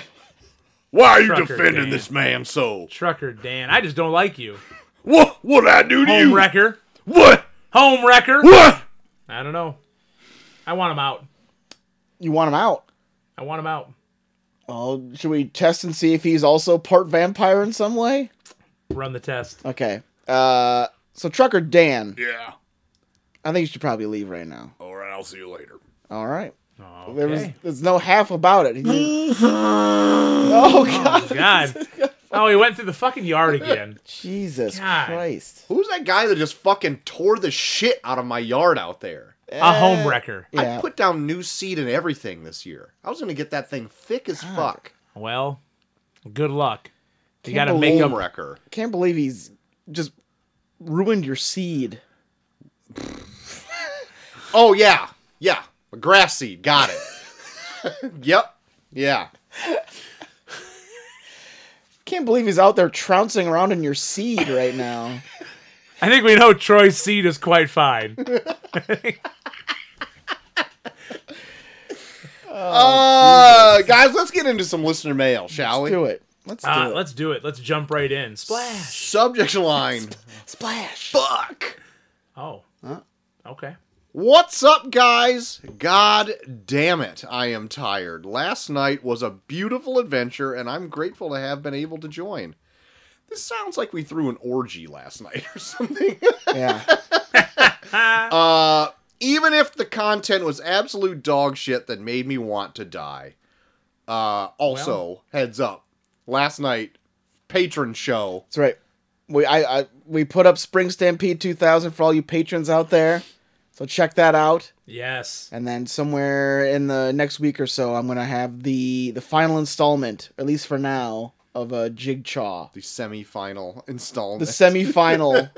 Why are you Trucker defending Dan. this man so? Trucker Dan. I just don't like you. What? What'd I do to Home you? wrecker. What? Home wrecker. What? I don't know. I want him out. You want him out? I want him out. Well, should we test and see if he's also part vampire in some way? Run the test. Okay. Uh so trucker Dan, Yeah. I think you should probably leave right now. All right, I'll see you later. All right. Okay. Oh, There was there's no half about it. He- oh god. God. Oh, he went through the fucking yard again. Jesus God. Christ. Who's that guy that just fucking tore the shit out of my yard out there? A home wrecker. Yeah. I put down new seed and everything this year. I was gonna get that thing thick as fuck. Well, good luck. You Can't gotta make Home up. wrecker. Can't believe he's just ruined your seed. Oh yeah, yeah. A grass seed. Got it. *laughs* yep. Yeah. Can't believe he's out there trouncing around in your seed right now. I think we know Troy's seed is quite fine. Oh, Uh, guys, let's get into some listener mail, shall Let's we? do it. Let's do Uh, it. let's do it. Let's jump right in. Splash. *laughs* Subject line. Splash. Fuck. Oh. Okay. What's up, guys? God damn it, I am tired. Last night was a beautiful adventure, and I'm grateful to have been able to join. This sounds like we threw an orgy last *laughs* night or something. Yeah. Uh, even if the content was absolute dog shit that made me want to die. Uh, also, heads up, last night, patron show. That's right. We I, I we put up Spring Stampede 2000 for all you patrons out there. So check that out. Yes. And then somewhere in the next week or so, I'm gonna have the the final installment, at least for now, of a uh, Jigchaw, The semi-final *laughs* the installment. *laughs* semi-final.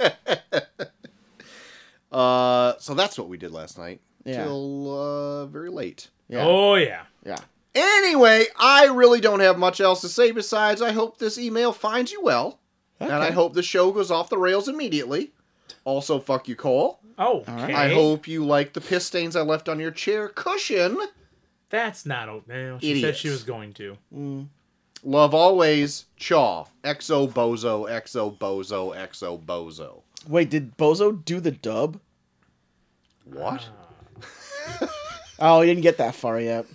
uh, so that's what we did last night. Yeah. Till uh, very late. Yeah, Oh yeah. yeah. Anyway, I really don't have much else to say besides I hope this email finds you well. And I Okay. hope the show goes off the rails immediately. Also, fuck you, Cole. Oh, right. I hope you like the piss stains I left on your chair cushion. that's not oatmeal. She said Idiots. she was going to. Love always, Chaw. Exo bozo, exo bozo, exo bozo. Wait, did Bozo do the dub? What? Oh, he didn't get that far yet.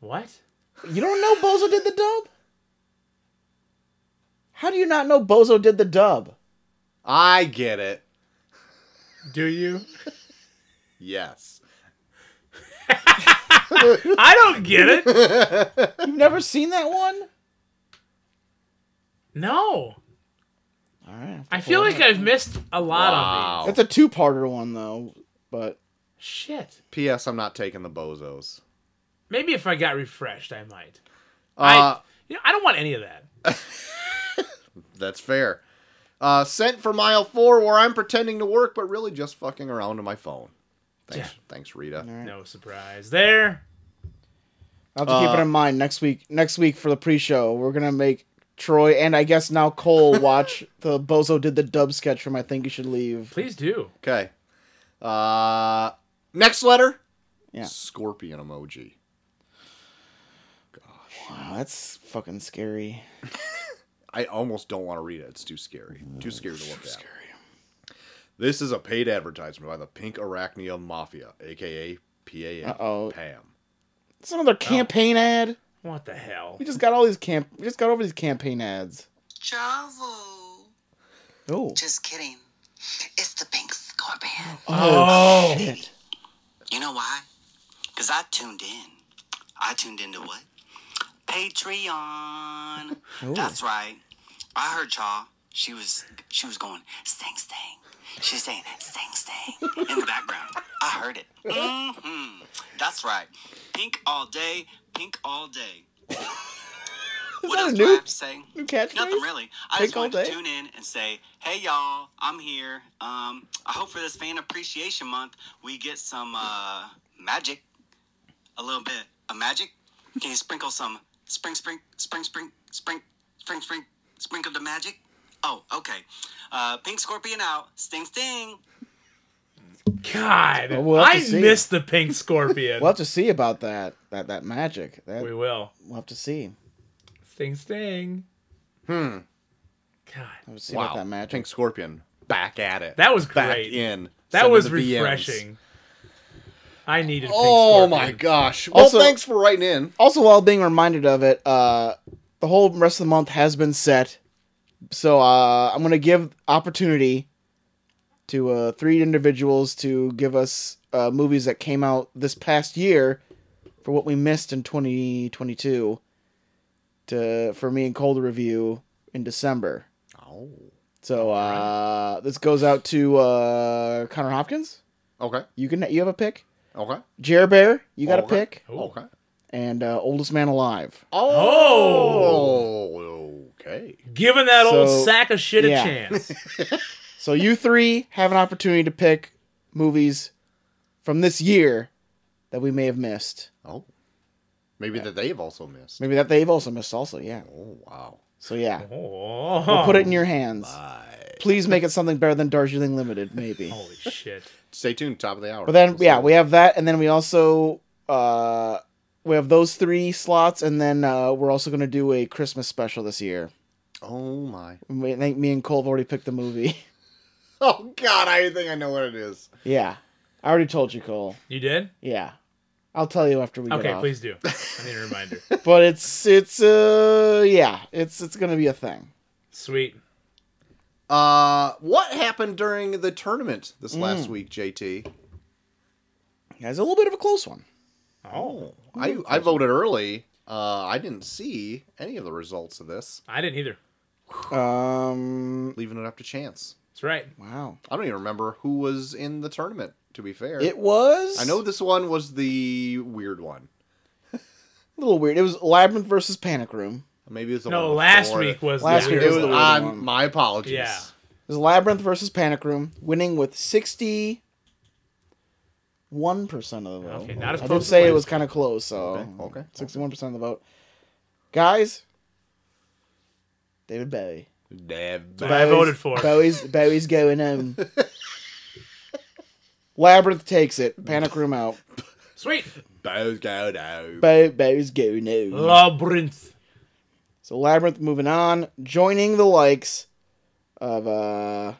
What? You don't know Bozo did the dub? How do you not know Bozo did the dub? I get it. Do you? Yes. *laughs* I don't get it. You've never seen that one? No. All right. I feel like I've missed a lot of these. Wow. That's a two-parter one though, but Shit. P.S. I'm not taking the bozos. Maybe if I got refreshed, I might. Uh, I, you know, I don't want any of that. That's fair. Uh, sent for mile four, where I'm pretending to work, but really just fucking around on my phone. Thanks, Yeah. thanks, Rita. all right. No surprise there. I'll have to keep it in mind next week. Next week for the pre-show, we're gonna make Troy and I guess now *laughs* Cole watch the Bozo did the dub sketch from I Think You Should Leave. Please do. Okay. Uh, next letter. Yeah. Scorpion emoji. Wow, that's fucking scary. I almost don't want to read it. It's too scary. Mm, Too scary to look at. This is a paid advertisement by the Pink Arachnia Mafia, aka PAM. Uh-oh. Pam. It's another campaign ad. What the hell? We just got all these camp. We just got over these campaign ads. Chavo. Oh. Just kidding. It's the pink scorpion. Oh. Shit. You know why? Because I tuned in. I tuned into what? Patreon. That's right. I heard y'all. She was she was going sing sing. She's saying sing sing in the background. I heard it. hmm That's right. Pink all day. Pink *laughs* all day. what that else a do I new- have to say? New catchphrase. Nothing really. I Pink just all wanted day? to tune in and say, hey y'all, I'm here. Um, I hope for this Fan Appreciation Month we get some uh, magic, a little bit of magic. Can you sprinkle some spring, spring, spring, spring, spring, spring, spring, sprinkle the magic? Oh, okay. Uh, Pink Scorpion out. Sting, sting. God, Well, we'll have I to see. missed the pink scorpion. We'll have to see about that. That that magic. That We will. we'll have to see. Sting, sting. Hmm. God, We'll have to see wow. about that magic. Pink Scorpion. Back at it. That was Back great. in. that Sending was the VMs. refreshing. I needed. Oh pink scorpion. my gosh. Well, Also- thanks for writing in. also while being reminded of it uh the whole rest of the month has been set so uh i'm gonna give opportunity to uh three individuals to give us uh movies that came out this past year for what we missed in 2022 to for me and cole to review in december Oh. so uh this goes out to uh connor hopkins Okay. you can you have a pick Okay. Jer Bear, you got a Okay. pick, Ooh. Okay. and uh, Oldest Man Alive. Oh. Okay. Giving that So, old sack of shit yeah. a *laughs* chance. So you three have an opportunity to pick movies from this year that we may have missed. Oh. Maybe that they've also missed. Maybe that they've also missed also, yeah. Oh wow. So yeah. Oh, We'll put it in your hands. Bye. Please make it something better than Darjeeling Limited, maybe. Holy shit! Stay tuned. Top of the hour. But then yeah, we have that and then we also uh we have those three slots and then uh we're also gonna do a Christmas special this year. Oh my. *laughs* I think me and Cole have already picked the movie. *laughs* Oh God. I think I know what it is. yeah. I already told you, Cole. You did? Yeah. I'll tell you after we get Okay, off. please do. I need a reminder. but it's it's uh yeah it's it's gonna be a thing Sweet. Uh, what happened during the tournament this Hmm. last week, JT? yeah, it's a little bit of a close one Oh, I I voted early. Uh, I didn't see any of the results of this, I didn't either. um leaving it up to chance. That's right. wow I don't even remember who was in the tournament. To be fair, it was I know this one was the weird one. a little weird it was labyrinth versus panic room Maybe it's the No, one last before week it. was Last the week It weird was, was the one. weird I'm- one. My apologies. Yeah. it was labyrinth versus panic room winning with 60 one percent of the vote. Okay, not as I did close as say it Blaze. was kind of close, so Okay, okay. sixty-one percent of the vote. Guys, David Bowie. But I voted for it. Bowie's Bowie's going home. Labyrinth takes it. Panic Room out. Sweet. Bows go down. Bow, Bowie's going home. Labyrinth. So Labyrinth moving on, joining the likes of uh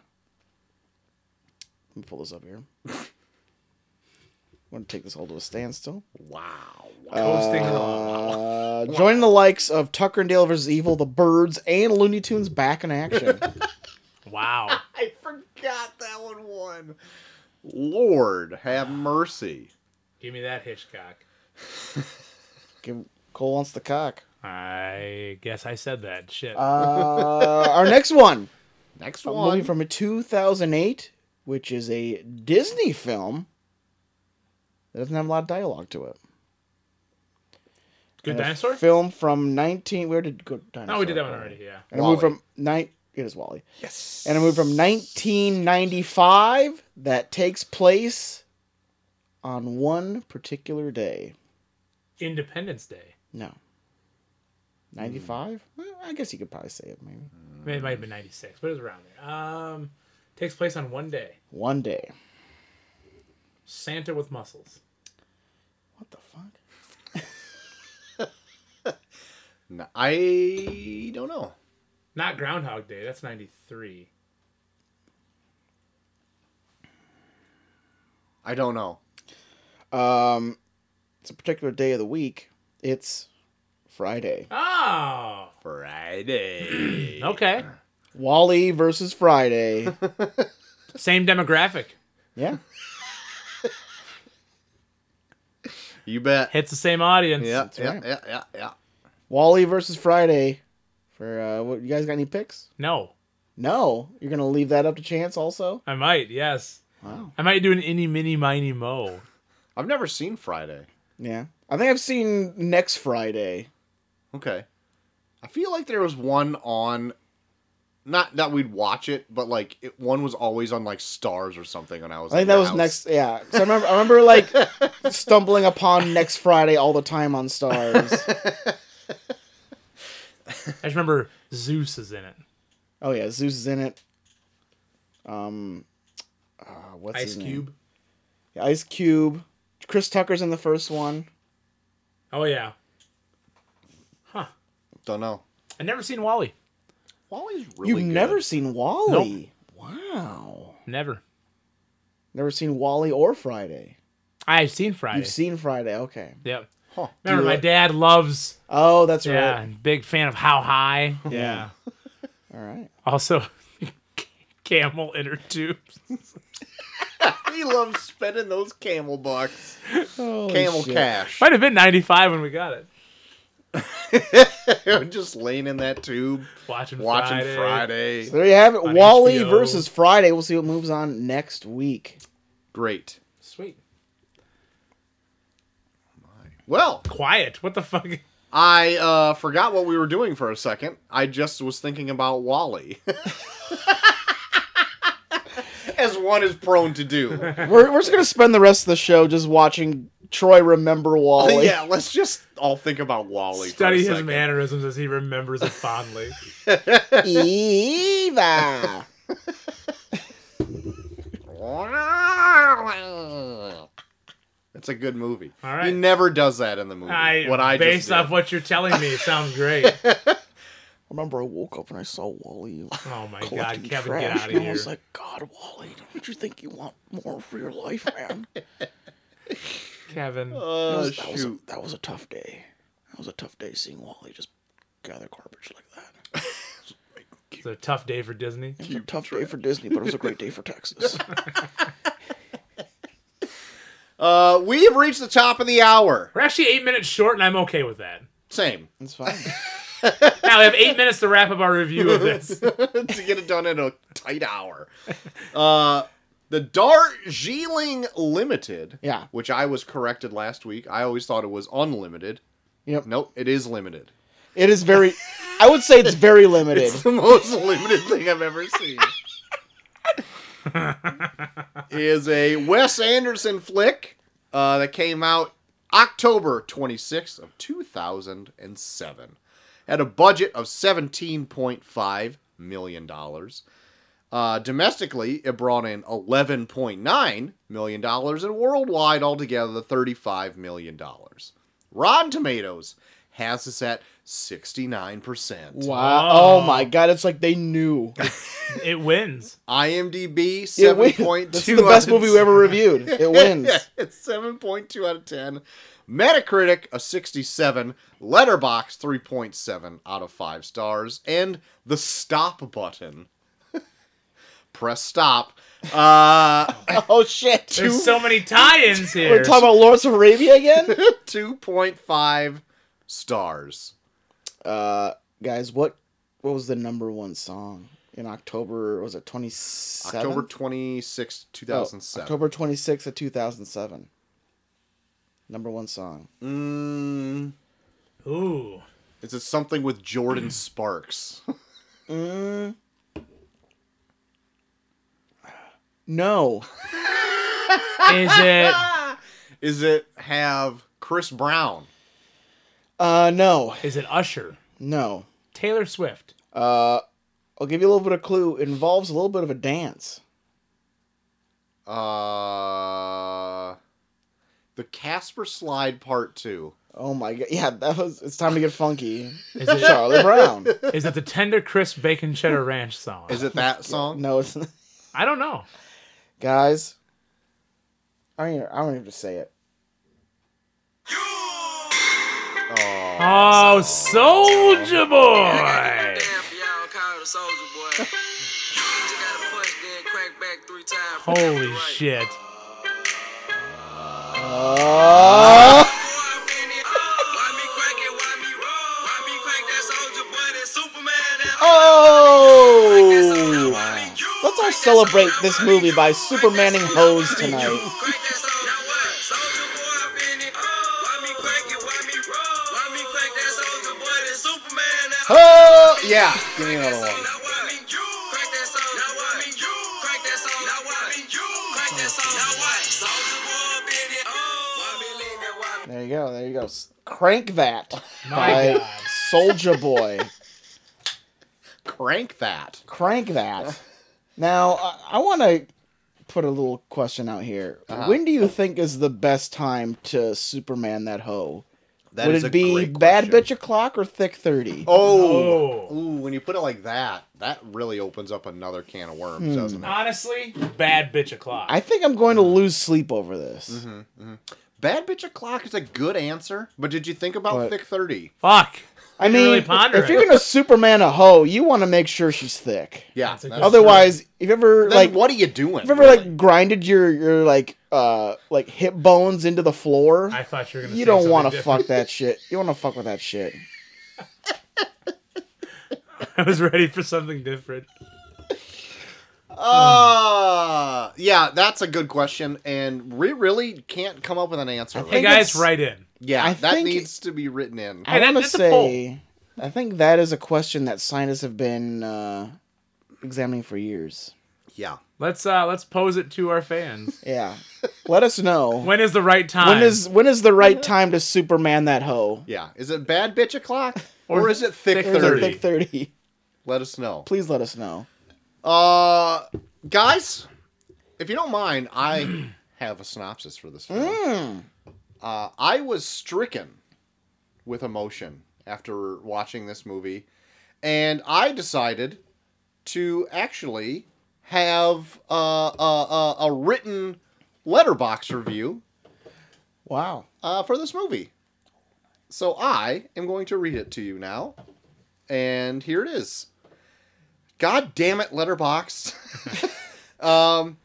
Let me pull this up here. I'm gonna take this all to a standstill. Wow. Coasting along. Uh, *laughs* joining the likes of Tucker and Dale vs. Evil, the Birds, and Looney Tunes back in action. *laughs* Wow. I forgot that one won. Lord, have mercy. Give me that Hitchcock. Give Cole wants the cock. I guess I said that. Shit. Uh, our next one, Next a one. movie from 2008, which is a Disney film that doesn't have a lot of dialogue to it. Good and a dinosaur? film from 19 where did good dinosaur No, we did that one go? already. Yeah. and a Wall-E. movie from nine it is wally yes. and a movie from 1995 that takes place on one particular day Independence Day. no 95 Hmm. well, i guess you could probably say it maybe I mean, it might have been 96, but it was around there. Um, takes place on one day. one day Santa with muscles. what the fuck No, I don't know. Not Groundhog Day. That's 93. I don't know. um it's a particular day of the week it's friday Oh. *clears throat* Friday. Okay. wally versus *laughs* friday Same demographic. yeah you bet. Hits the same audience. Yeah, yeah, right. yeah, yeah, yeah. wally versus friday for uh what you guys got any picks No. no you're gonna leave that up to chance also I might, yes. Wow. I might do an inny mini miny mo. I've never seen Friday. Yeah. I think I've seen next Friday. Okay. I feel like there was one on not that we'd watch it, but like it, one was always on like stars or something when I was I think at that your was house. next. Yeah. So I remember, I remember *laughs* like stumbling upon next Friday all the time on Stars. I just remember Zeus is in it. oh yeah, Zeus is in it. Um, uh, what's Ice his name? Cube. Yeah, Ice Cube. Chris Tucker's in the first one. Oh yeah. Huh. Don't know. I never seen Wally. Wally's really You've good. never seen Wally. Wow. Never. Never seen Wally or Friday. I've seen Friday. You've seen Friday. Okay. yep. Huh. Remember, Do my it. dad loves. Oh, that's Yeah, right. big fan of How High. *laughs* Yeah. All right. Also, *laughs* Camel Inner Tubes. *laughs* He loves spending those camel bucks. Holy camel shit. cash. *laughs* Might have been 95 when we got it. Just laying in that tube, Watching, watching Friday. Friday. So there you have it. On Wally HBO. versus Friday. We'll see what moves on next week. Great. Sweet. Well, Quiet. What the fuck? I uh, forgot what we were doing for a second. I just was thinking about Wally. *laughs* As one is prone to do. We're, we're just gonna spend the rest of the show just watching Troy remember *laughs* Wally. yeah, let's just all think about Wally. for Study a his second. mannerisms as he remembers *laughs* it fondly. Eva. It's a good movie. All right. He never does that in the movie. I, what I just based did. off what you're telling me, it sounds *laughs* great. Remember, I woke up and I saw Wally Oh my collecting god, Kevin, trash, get out and of here. I was like, God, Wally, don't you think you want more for your life, man? That Kevin. Oh, was- that, was a, shoot. that was a tough day. That was a tough day seeing Wally just gather garbage like that. It's a tough day for Disney. It was a tough day for Disney, but it was a great day for *laughs* Texas. Uh, we have reached the top of the hour. We're actually eight minutes short, and I'm okay with that. Same. *laughs* That's fine. Now we have eight minutes to wrap up our review *laughs* of this. to get it done in a tight *laughs* hour. Uh, the Darjeeling Limited. Yeah. Which I was corrected last week. I always thought it was unlimited. Yep. Nope, it is limited. It is very. I would say it's very limited. It's the most limited thing I've ever seen. is a Wes Anderson flick uh, that came out October 26th of 2007. Had a budget of 17.5 million dollars. Uh, domestically, it brought in 11.9 million dollars, and worldwide, altogether, 35 million dollars. Rotten Tomatoes has this at 69 percent. Wow. Wow. Oh my god, it's like they knew. It wins. IMDb It seven wins. point two. This is the best movie we ever reviewed. *laughs* It wins. it's seven point two out of ten. Metacritic a sixty-seven. Letterbox three point seven out of five stars. And the stop button. *laughs* Press stop. Uh, *laughs* Oh shit. There's so many tie-ins here. We're talking about Lawrence of Arabia again? *laughs* two point five stars. uh guys, what what was the number one song in October was it twenty seven? Oh, October twenty-sixth, two thousand seven. October twenty sixth of two thousand seven. Number one song. Mm, Ooh. is it something with Jordan Sparks? *laughs* Mm. No. Is it Is it have Chris Brown? Uh no. is it Usher? No. Taylor Swift. Uh I'll give you a little bit of clue. It involves a little bit of a dance. Uh, the Casper Slide Part Two. Oh my god. Yeah, that was it's time to get funky. Is it Charlie Brown. is it the Tender Crisp Bacon Cheddar Ranch song? *laughs* Is it that song? No, it's not. I don't know. guys. I don't even, I don't even have to say it. Oh, Oh, Soldier Boy. *laughs* Holy shit. Oh, let's all celebrate this movie by Supermaning hoes tonight. Oh, yeah. Give me another one. There you go. There you go. S- Crank that My by God. Soldier Boy. Crank that. Crank that. *laughs* Now I, I want to put a little question out here. Uh-huh. When do you think is the best time to Superman that hoe? That Would is a it be great bad bitch question. o'clock or thick thirty? Oh, Oh. ooh, when you put it like that, that really opens up another can of worms, Hmm. doesn't it? Honestly, bad bitch o'clock. I think I'm going Mm-hmm. to lose sleep over this. Bad bitch o'clock is a good answer, but did you think about But- thick thirty? Fuck. I You mean, really ponder if it. you're gonna Superman a hoe, you want to make sure she's thick. Yeah. That's a that's- good- Otherwise, if you ever then like, what are you doing? if you ever really? like grinded your your like uh like hip bones into the floor, I thought you were gonna. you say don't something want to different. fuck that shit. You want to fuck with that shit. *laughs* I was ready for something different. Uh, yeah, that's a good question, and we really can't come up with an answer. I Hey Right? think guys, it's- write in. Yeah, I that think- needs to be written in. I Hey, that- want to that's a poll. say, I think that is a question that scientists have been uh examining for years. Yeah. Let's uh let's pose it to *laughs* our fans. *laughs* Yeah, let us know When is the right time? when is when is the right time to Superman that hoe Yeah. Is it bad bitch o'clock? or, *laughs* Or is it thick, thick Or is it 30? thick thirty? Let us know. Please let us know. Uh guys, if you don't mind, *clears throat* I have a synopsis for this film. Hmm. Mm. Uh, I was stricken with emotion after watching this movie, and I decided to actually have uh, a, a, a written letterbox review Wow. uh, for this movie. So I am going to read it to you now, and here it is. God damn it, Letterbox. *laughs* um,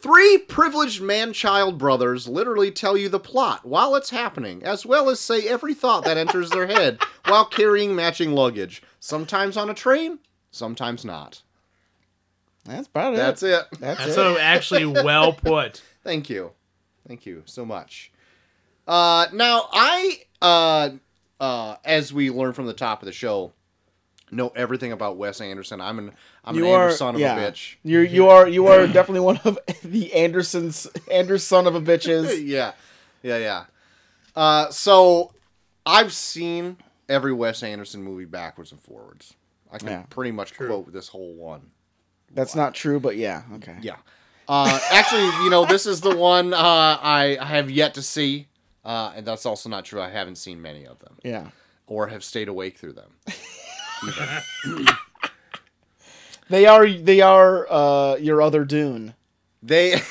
three privileged man-child brothers literally tell you the plot while it's happening, as well as say every thought that enters their head while carrying matching luggage, sometimes on a train, sometimes not. That's about it. That's it. That's, That's it. *laughs* so actually well put. Thank you. Thank you so much. Uh, now, I, uh, uh, as we learned from the top of the show, know everything about Wes Anderson. I'm an, I'm an Anderson son of a bitch. *laughs* *laughs* You're you are you are definitely one of the Andersons Anderson son of a bitches. yeah. Yeah, yeah. Uh, so I've seen every Wes Anderson movie backwards and forwards. I can Yeah. pretty much quote this whole one. That's not true, but yeah. Okay. Yeah. Uh, actually, you know, this is the one uh, I, I have yet to see, uh, and that's also not true. I haven't seen many of them, Yeah. or have stayed awake through them. They are they are uh, your other Dune. *laughs* They, *laughs* yeah,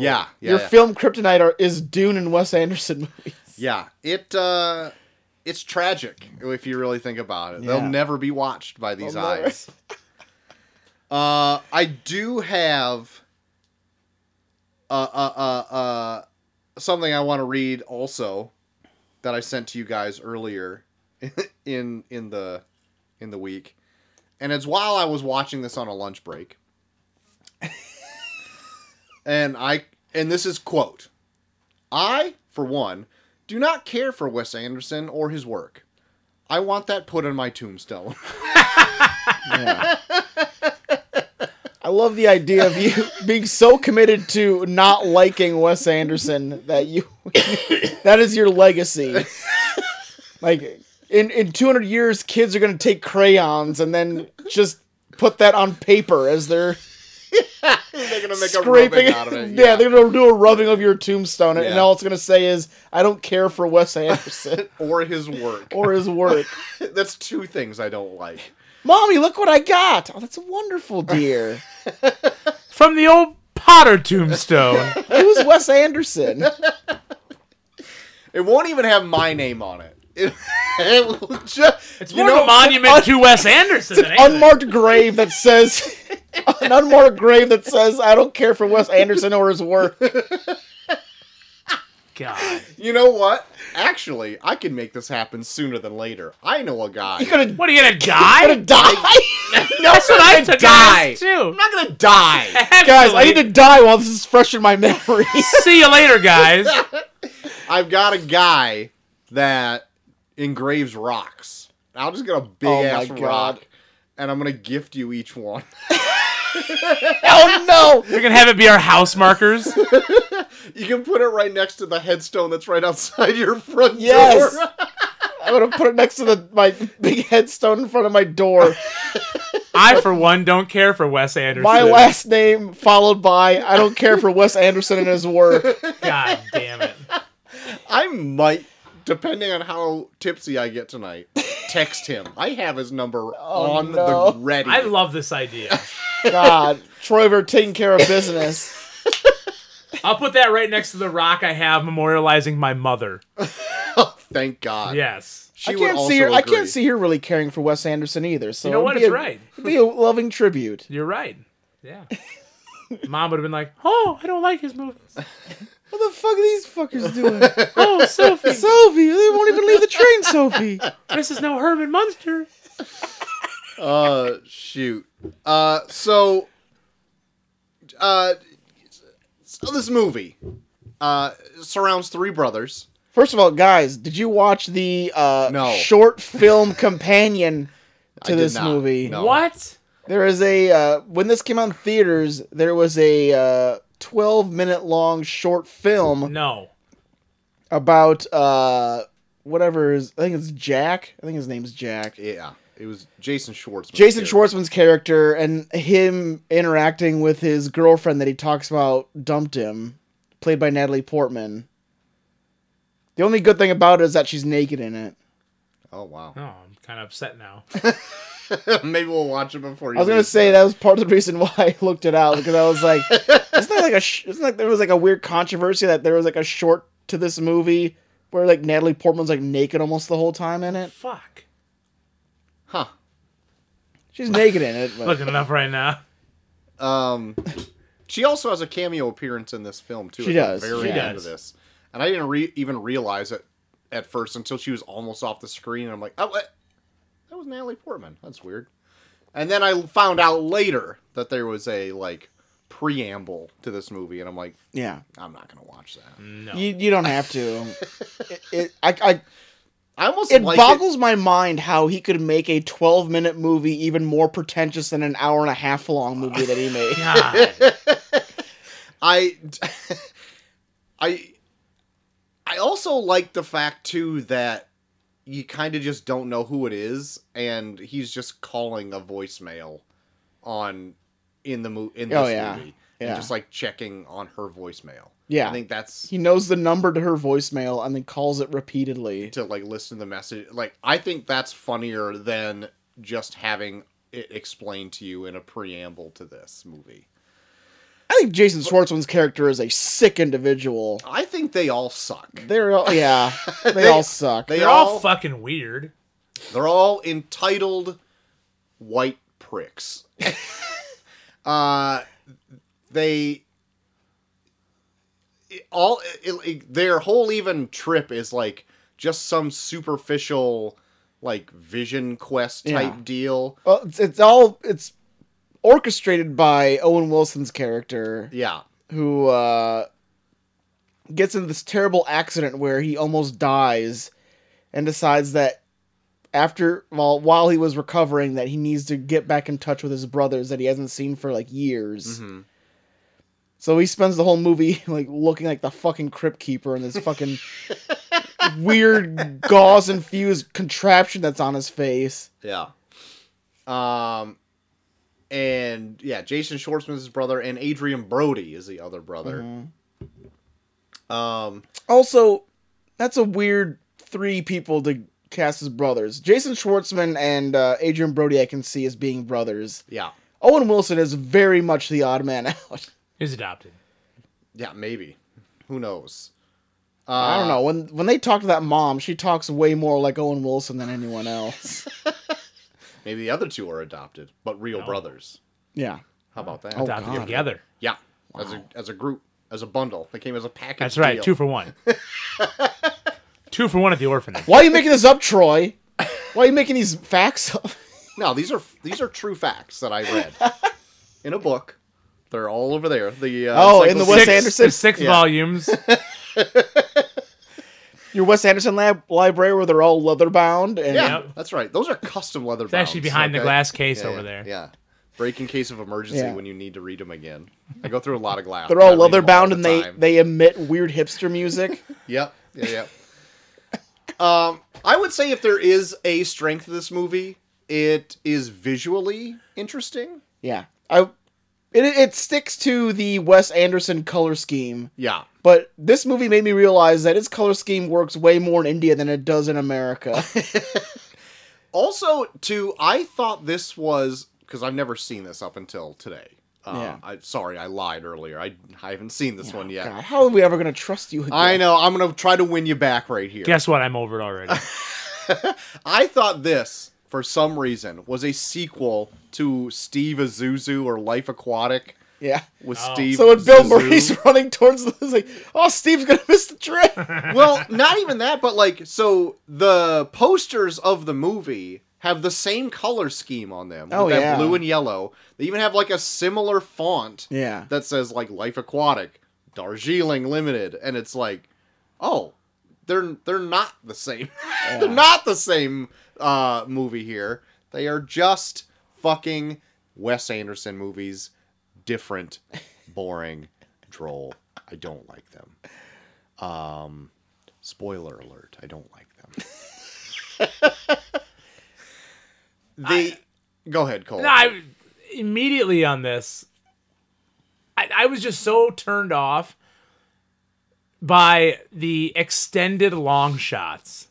yeah, your yeah. film Kryptonite are, is Dune and Wes Anderson *laughs* movies. Yeah, it uh, it's tragic if you really think about it. Yeah. They'll never be watched by these They'll never. eyes. uh, I do have uh, uh, uh, uh, something I want to read also that I sent to you guys earlier *laughs* in in the in the week, and it's while I was watching this on a lunch break, *laughs* and I and this is quote. I, for one, do not care for Wes Anderson or his work. I want that put on my tombstone. Yeah. I love the idea of you *laughs* being so committed to not liking Wes Anderson that you *laughs* that is your legacy. Like in in 200 years kids are going to take crayons and then just put that on paper as they're They're gonna make scraping a it. rubbing out of *laughs* it. *laughs* Yeah, they're going to do a rubbing of your tombstone and Yeah. all it's going to say is I don't care for Wes *laughs* Anderson or his work. *laughs* or his work. That's two things I don't like. Mommy, look what I got. Oh, that's wonderful, dear. From the old Potter tombstone. *laughs* Who's Wes Anderson? It won't even have my name on it. *laughs* It, it will just It's more of a monument to Wes Anderson. *laughs* than anything. unmarked grave that says an unmarked grave that says I don't care for Wes Anderson or his work. God. You know what? Actually, I can make this happen sooner than later. I know a guy. You gonna, What are *laughs* you gonna you die? gonna die, That's what I took die. die. too. I'm not gonna die. Actually, guys? I need to die while this is fresh in my memory. see you later, *laughs* guys. I've got a guy that engraves rocks. I'll just get a big Oh my ass God. rock, and I'm gonna gift you each one. *laughs* oh no! We're gonna have it be our house markers. You can put it right next to the headstone that's right outside your front Yes. door. I'm gonna put it next to the my big headstone in front of my door. I, for one, don't care for Wes Anderson. My last name followed by I don't care for Wes Anderson and his work. God damn it. I might, depending on how tipsy I get tonight, text him. I have his *laughs* number on Oh, no. the ready. I love this idea. God, Troy, we're taking care of business. I'll put that right next to the rock I have memorializing my mother. Thank God. Yes. She I would can't also see her. I agree. can't see her really caring for Wes Anderson either. So You know it'd what? be It's a- right. It'd be a loving tribute. You're right. Yeah. Mom would have been like, "Oh, I don't like his movies. What the fuck are these fuckers doing? *laughs* Oh, Sophie, Sophie, they won't even leave the train, Sophie. this is no Herman Munster." Uh, shoot. Uh, so, uh, so this movie, uh, surrounds three brothers. *laughs* First of all, guys, did you watch the uh, No. short film companion *laughs* I to did this not. movie? No. What? There is a uh, when this came out in theaters, there was a uh, 12 minute long short film No. about uh, whatever is I think it's Jack. I think his name's Jack. Yeah, it was Jason Schwartzman. Jason Here. Schwartzman's character and him interacting with his girlfriend that he talks about dumped him, played by Natalie Portman. The only good thing about it is that she's naked in it. Oh wow. *laughs* Oh, I'm kind of upset now. Maybe we'll watch it before. You I was gonna leave. say that was part of the reason *laughs* why I looked it out because I was like, isn't there like a sh- isn't like there was like a weird controversy that there was like a short to this movie where like Natalie Portman's like naked almost the whole time in it. Fuck. Huh. She's naked in it. But Looking it up right now. Um, she also has a cameo appearance in this film too. She at the does. Very She end does. of this, and I didn't re- even realize it at first until she was almost off the screen, and I'm like, oh, what? that was Natalie Portman. That's weird. And then I found out later that there was a like preamble to this movie, and I'm like, yeah, I'm not gonna watch that. No. you you don't have to. it, it, I, I I almost it like boggles my mind how he could make a 12 minute movie even more pretentious than an hour and a half long movie *laughs* that he made. *laughs* God. I, I, I also like the fact too that you kind of just don't know who it is, and he's just calling a voicemail on in the mo- in this Oh, yeah. movie, Yeah. and just like checking on her voicemail. Yeah. I think that's He knows the number to her voicemail and then calls it repeatedly. to like listen to the message. Like I think that's funnier than just having it explained to you in a preamble to this movie. I think Jason Schwartzman's character is a sick individual. I think they all suck. They're all, *laughs* yeah, they, They- all suck. They They're all fucking weird. They're all entitled white pricks. *laughs* uh, they it- all it, it- their whole even trip is like just some superficial like vision quest type Yeah. deal. well, it's, it's all it's orchestrated by Owen Wilson's character, Yeah. who uh, gets into this terrible accident where he almost dies, and decides that after while while he was recovering that he needs to get back in touch with his brothers that he hasn't seen for like years. Mm-hmm. So he spends the whole movie *laughs* like looking like the fucking crypt keeper in this fucking weird gauze infused contraption that's on his face. Yeah. Um and yeah, Jason Schwartzman's his brother and Adrian Brody is the other brother. Mm-hmm. Um Also, that's a weird three people to cast as brothers. Jason Schwartzman and uh, Adrian Brody, I can see as being brothers. yeah. Owen Wilson is very much the odd man *laughs* out. He's adopted. Yeah, maybe. Who knows? Uh, I don't know. When when they talk to that mom, she talks way more like Owen Wilson than anyone *laughs* else. Maybe the other two are adopted, but real No. brothers. yeah. How about that? Oh, Adopted God. together. Yeah, as a as a group, as a bundle. They came as a package. That's right. deal. Two *laughs* for one. two for one at the orphanage. Why are you making this up, Troy? Why are you making these facts up? No, these are these are true facts that I read *laughs* in a book. They're all over there. The uh, Oh, in the Wes Six, encyclopedia- Anderson? there's six Yeah. volumes. *laughs* Your Wes Anderson lab library where they're all leather bound and Yeah, Yep. that's right. Those are custom leather. It's actually behind the glass case over there. Yeah. Break in case of emergency Yeah. when you need to read them again. I go through a lot of glass. they're I all read leather them bound the and they, time. they emit weird hipster music. Yep. Yeah. *laughs* Yep. um, I would say if there is a strength to this movie, it is visually interesting. yeah. I it it sticks to the Wes Anderson color scheme, Yeah. but this movie made me realize that its color scheme works way more in India than it does in *laughs* America. Also, too, I thought this was because I've never seen this up until today. Uh, Yeah. I, sorry, I lied earlier. I, I haven't seen this one yet. God, how are we ever going to trust you again? I know. I'm gonna try to win you back right here. Guess what? I'm over *laughs* it already. I thought this, for some reason, was a sequel to Steve Azuzu or Life Aquatic Yeah. with Oh. Steve. So when Bill Zissou. Murray's *laughs* running towards the, it's like, oh, Steve's going to miss the train. *laughs* well, not even that, but like, so the posters of the movie have the same color scheme on them. Oh, with that yeah. blue and yellow. They even have like a similar font yeah. that says like Life Aquatic, Darjeeling Limited, and it's like, oh, they're they're not the same. *laughs* they're not the same uh, movie here. They are just fucking Wes Anderson movies, different, boring, droll. I don't like them. Um, spoiler alert: I don't like them. *laughs* the go ahead, Cole. No, I immediately on this, I, I was just so turned off by the extended long shots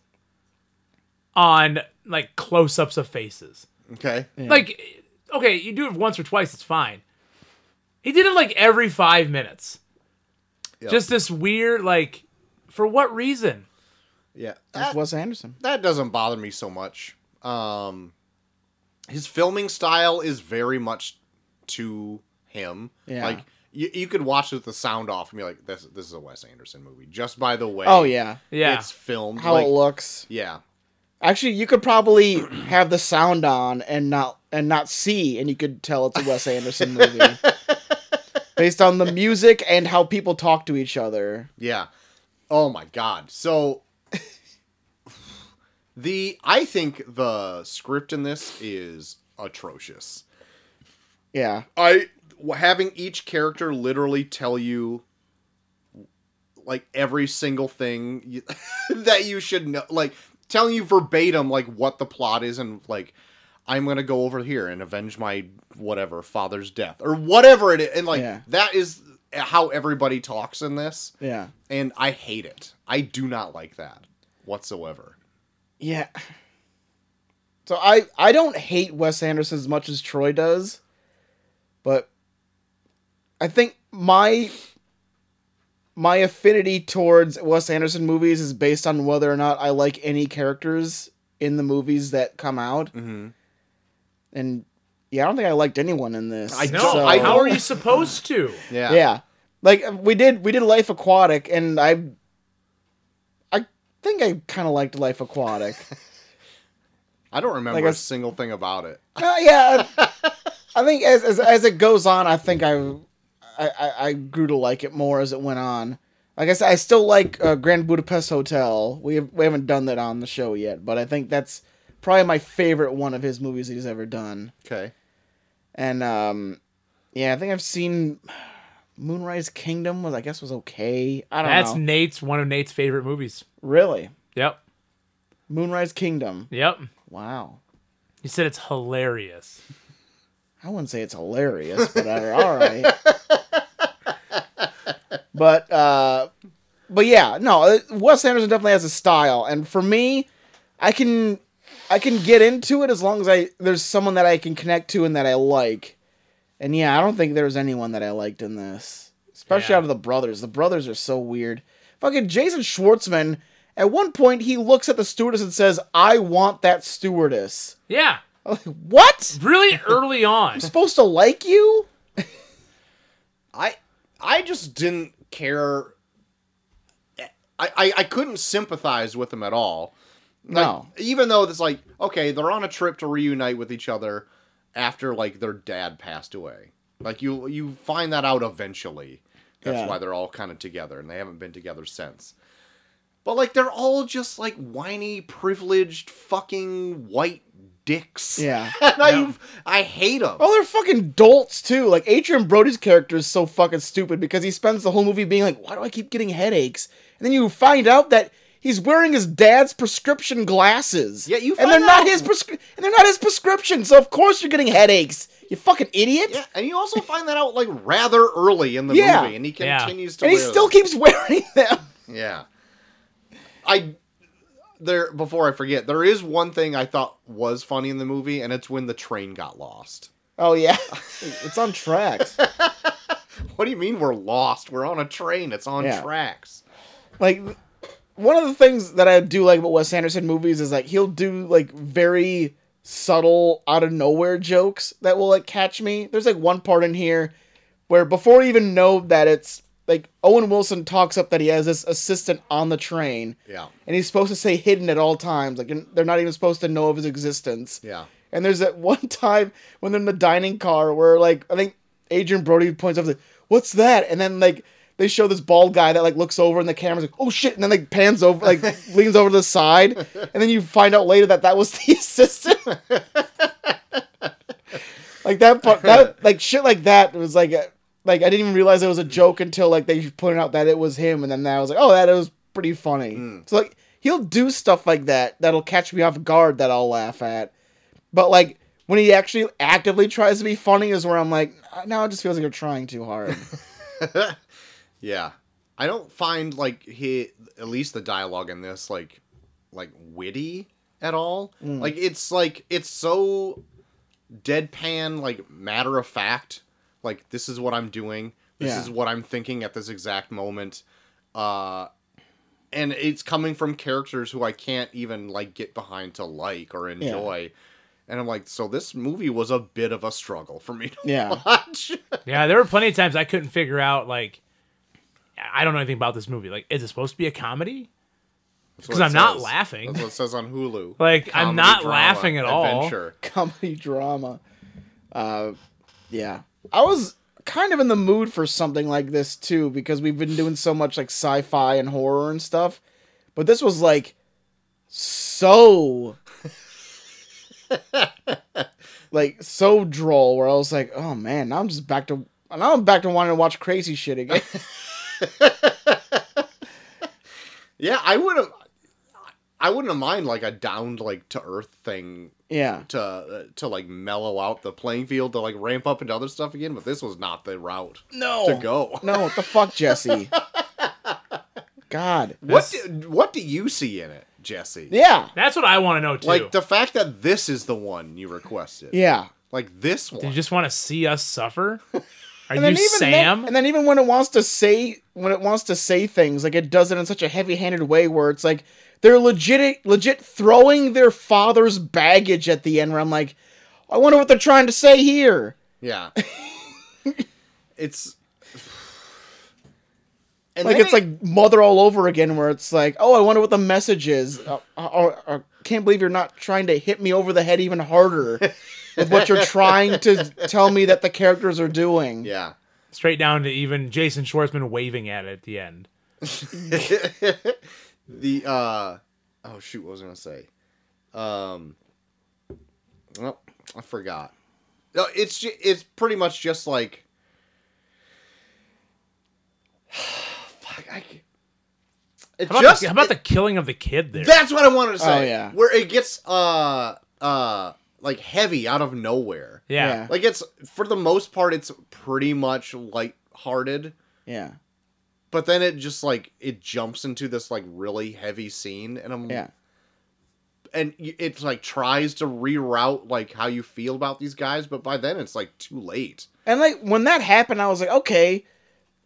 on like close ups of faces. okay. Like, okay, you do it once or twice, it's fine. He did it like every five minutes. Yep. Just this weird, like, for what reason? Yeah. That's Wes Anderson. that doesn't bother me so much. Um, his filming style is very much to him. Yeah. Like you, you could watch it with the sound off and be like, "This, this is a Wes Anderson movie." Just by the way, Oh, yeah. Yeah. it's filmed. How like, it looks. yeah, Actually, you could probably have the sound on and not and not see, and you could tell it's a Wes Anderson movie. Based on the music and how people talk to each other. yeah. Oh my god. So *laughs* the I think the script in this is atrocious. Yeah. I having each character literally tell you like every single thing you, *laughs* that you should know, like telling you verbatim like what the plot is and like I'm gonna go over here and avenge my whatever father's death or whatever it is, and like Yeah. that is how everybody talks in this, Yeah. and I hate it. I do not like that whatsoever. Yeah. So I I don't hate Wes Anderson as much as Troy does, but I think my my affinity towards Wes Anderson movies is based on whether or not I like any characters in the movies that come out. Mm-hmm. And yeah, I don't think I liked anyone in this. I *laughs* No, don't- So- I how don't- are you supposed to? Yeah. yeah like we did we did life aquatic and i i think i kind of liked life aquatic I don't remember Like I a s- single thing about it. Uh, yeah I, I think as, as as it goes on i think I, I I- i grew to like it more as it went on like i said i still like uh, grand budapest hotel we, have, we haven't done that on the show yet but i think that's probably my favorite one of his movies he's ever done Okay. and um yeah i think i've seen moonrise kingdom was i guess was okay i don't That's know Nate's one of Nate's favorite movies. really Yep. Moonrise Kingdom. Yep. Wow. He said it's hilarious. I wouldn't say it's hilarious, but I, all right. But uh, but yeah, no. uh, Wes Anderson definitely has a style, and for me, I can I can get into it as long as I there's someone that I can connect to and that I like. And yeah, I don't think there was anyone that I liked in this, especially Yeah. out of the brothers. The brothers are so weird. Fucking Jason Schwartzman. At one point, he looks at the stewardess and says, "I want that stewardess." Yeah. I'm like, what? Really early on. supposed to like you? I I just didn't care. I, I, I couldn't sympathize with them at all. Like, No. Even though it's like, okay, they're on a trip to reunite with each other after like their dad passed away. Like you you find that out eventually. That's Yeah. why they're all kind of together and they haven't been together since. But like they're all just like whiny, privileged, fucking white dicks. Yeah. *laughs* and I Yeah. I hate them. Oh, they're fucking dolts too. Like Adrian Brody's character is so fucking stupid because he spends the whole movie being like, "Why do I keep getting headaches?" And then you find out that he's wearing his dad's prescription glasses. Yeah, you and find they're not out. his prescri- and they're not his prescription. So of course you're getting headaches. You fucking idiot. Yeah, and you also find that out like rather early in the Yeah. movie, and he Yeah. continues to. And he wear still them. keeps *laughs* wearing them. Yeah, I there before I forget. There is one thing I thought was funny in the movie, and it's when the train got lost. Oh yeah, it's on tracks. What do you mean we're lost? We're on a train. It's on Yeah. tracks. like one of the things that I do like about Wes Anderson movies is like he'll do like very subtle out of nowhere jokes that will like catch me. There's like one part in here where before I even know that it's like Owen Wilson talks up that he has this assistant on the train Yeah, and he's supposed to say hidden at all times. Like they're not even supposed to know of his existence. yeah, And there's that *laughs* one time when they're in the dining car where like I think Adrian Brody points out like, "What's that?" And then like they show this bald guy that like looks over and the camera's like, "Oh shit!" And then like pans over, like leans over to the side, and then you find out later that that was *laughs* the assistant. like that part, that like shit like that was like uh, like I didn't even realize it was a joke until like they pointed out that it was him, and then I was like, "Oh, that was pretty funny." So like he'll do stuff like that that'll catch me off guard that I'll laugh at. But like when he actually actively tries to be funny is where I'm like, "Uh, now it just feels like you're trying too hard. yeah. I don't find like he at least the dialogue in this like like witty at all. Mm. Like it's like it's so deadpan, like matter of fact. Like this is what I'm doing. This Yeah. is what I'm thinking at this exact moment. Uh and it's coming from characters who I can't even like get behind to like or enjoy. And I'm like, so this movie was a bit of a struggle for me to yeah. *laughs* watch. Yeah, there were plenty of times I couldn't figure out like I don't know anything about this movie. Like, is it supposed to be a comedy? Because I'm not laughing. That's what it says on Hulu. Like, I'm Comedy, not drama, laughing at all. adventure. Comedy drama. Uh, yeah. I was kind of in the mood for something like this too because we've been doing so much like sci-fi and horror and stuff, but this was like so like so droll where I was like, oh man, now I'm just back to now I'm back to wanting to watch crazy shit again. Yeah, I would have. I wouldn't have mind like a downed like to earth thing Yeah. to uh, to like mellow out the playing field to like ramp up into other stuff again, but this was not the route No. to go. No, what the fuck, Jesse? God. What This- do, what do you see in it, Jesse? Yeah. That's what I want to know too. Like the fact that this is the one you requested. Yeah. Like this Do one. you just want to see us suffer? Are And you then even Sam? Then, and then even when it wants to say when it wants to say things, like it does it in such a heavy-handed way where it's like they're legit legit throwing their father's baggage at the end where I'm like, I wonder what they're trying to say here. *laughs* yeah. it's *sighs* and like then it's it- like mother all over again where it's like, oh, I wonder what the message is. Uh, I, I- I can't believe you're not trying to hit me over the head even harder with what *laughs* you're trying to tell me that the characters are doing. yeah. Straight down to even Jason Schwartzman waving at it at the end. *laughs* the uh oh shoot, what was I gonna say? Um well, I forgot. No, it's ju- it's pretty much just like *sighs* fuck I can it How about, just the, how about it- the killing of the kid there? That's what I wanted to say. Oh, yeah. Where it gets uh uh like heavy out of nowhere. yeah. Like it's for the most part it's pretty much light-hearted, Yeah. but then it just like it jumps into this like really heavy scene and I'm Yeah. and y- it's like tries to reroute like how you feel about these guys, but by then it's like too late. And like when that happened, I was like, okay,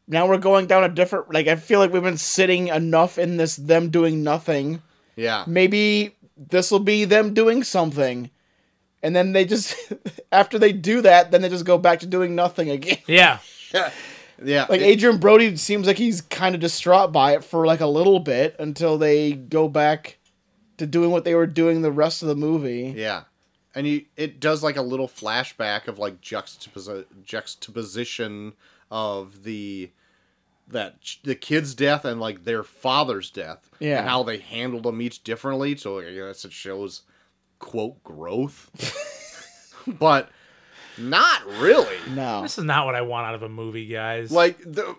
now we're going down a different. Like I feel like we've been sitting enough in this them doing nothing. Yeah. Maybe this will be them doing something, and then they just *laughs* after they do that, then they just go back to doing nothing again. *laughs* Yeah. Yeah. Like it- Adrian Brody seems like he's kind of distraught by it for like a little bit until they go back to doing what they were doing the rest of the movie. Yeah. And you, it does like a little flashback of like juxtapos- juxtaposition of the that ch- the kid's death and like their father's death. Yeah. And how they handled them each differently. So I guess it shows quote growth, but not really. No. This is not what I want out of a movie, guys. Like the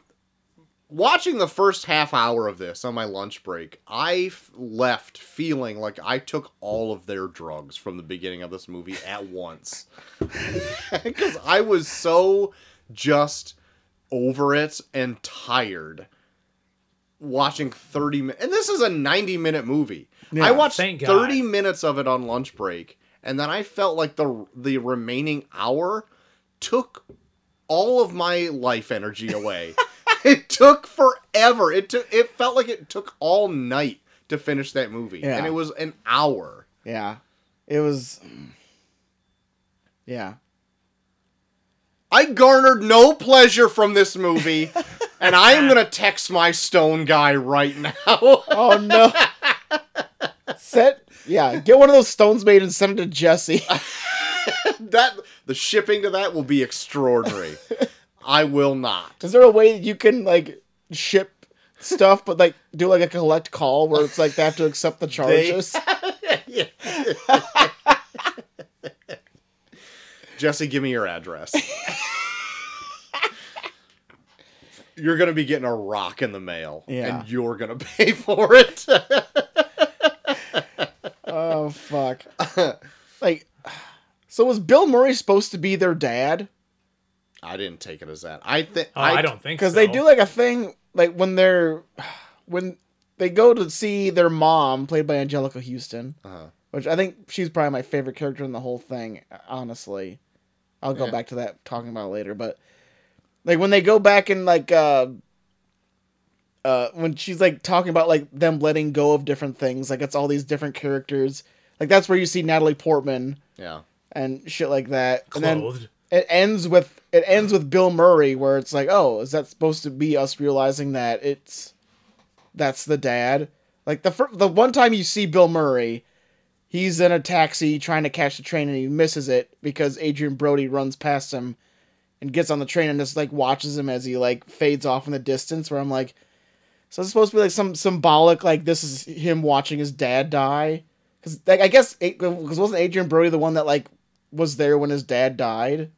watching the first half hour of this on my lunch break, I f- left feeling like I took all of their drugs from the beginning of this movie at once. *laughs* Cuz I was so just over it and tired watching 30 minutes. And this is a 90 minute movie. I watched thank God. 30 minutes of it on lunch break and then I felt like the the remaining hour took all of my life energy away. *laughs* it took forever. It took it felt like it took all night to finish that movie. Yeah. And it was an hour. Yeah. It was. mm. Yeah. I garnered no pleasure from *laughs* this movie, and I am gonna text my stone guy right now. *laughs* Oh no. Set yeah, get one of those stones made and send it to Jesse. *laughs* that the shipping to that will be extraordinary. I will not. Is there a way that you can like ship stuff but like do like a collect call where it's like they have to accept the charges? Jesse, give me *laughs* your address. you're gonna be getting a rock in the mail, Yeah. and you're gonna pay for it. *laughs* oh fuck. like so was Bill Murray supposed to be their dad? I didn't take it as that. I think oh, I, don't think Because so. they do like a thing like when they're *sighs* when they go to see their mom, played by Angelica Houston. Uh-huh. which I think she's probably my favorite character in the whole thing. Honestly, I'll go Yeah. back to that talking about it later. But like when they go back and like uh, uh, when she's like talking about like them letting go of different things, like it's all these different characters. Like that's where you see Natalie Portman Yeah. and shit like that. And then clothed. it ends with it ends with Bill Murray, where it's like, oh, is that supposed to be us realizing that it's that's the dad? Like the fir- the one time you see Bill Murray, he's in a taxi trying to catch the train and he misses it because Adrian Brody runs past him and gets on the train and just like watches him as he like fades off in the distance. Where I'm like, so it's supposed to be like some symbolic like this is him watching his dad die because like I guess because wasn't Adrian Brody the one that like was there when his dad died?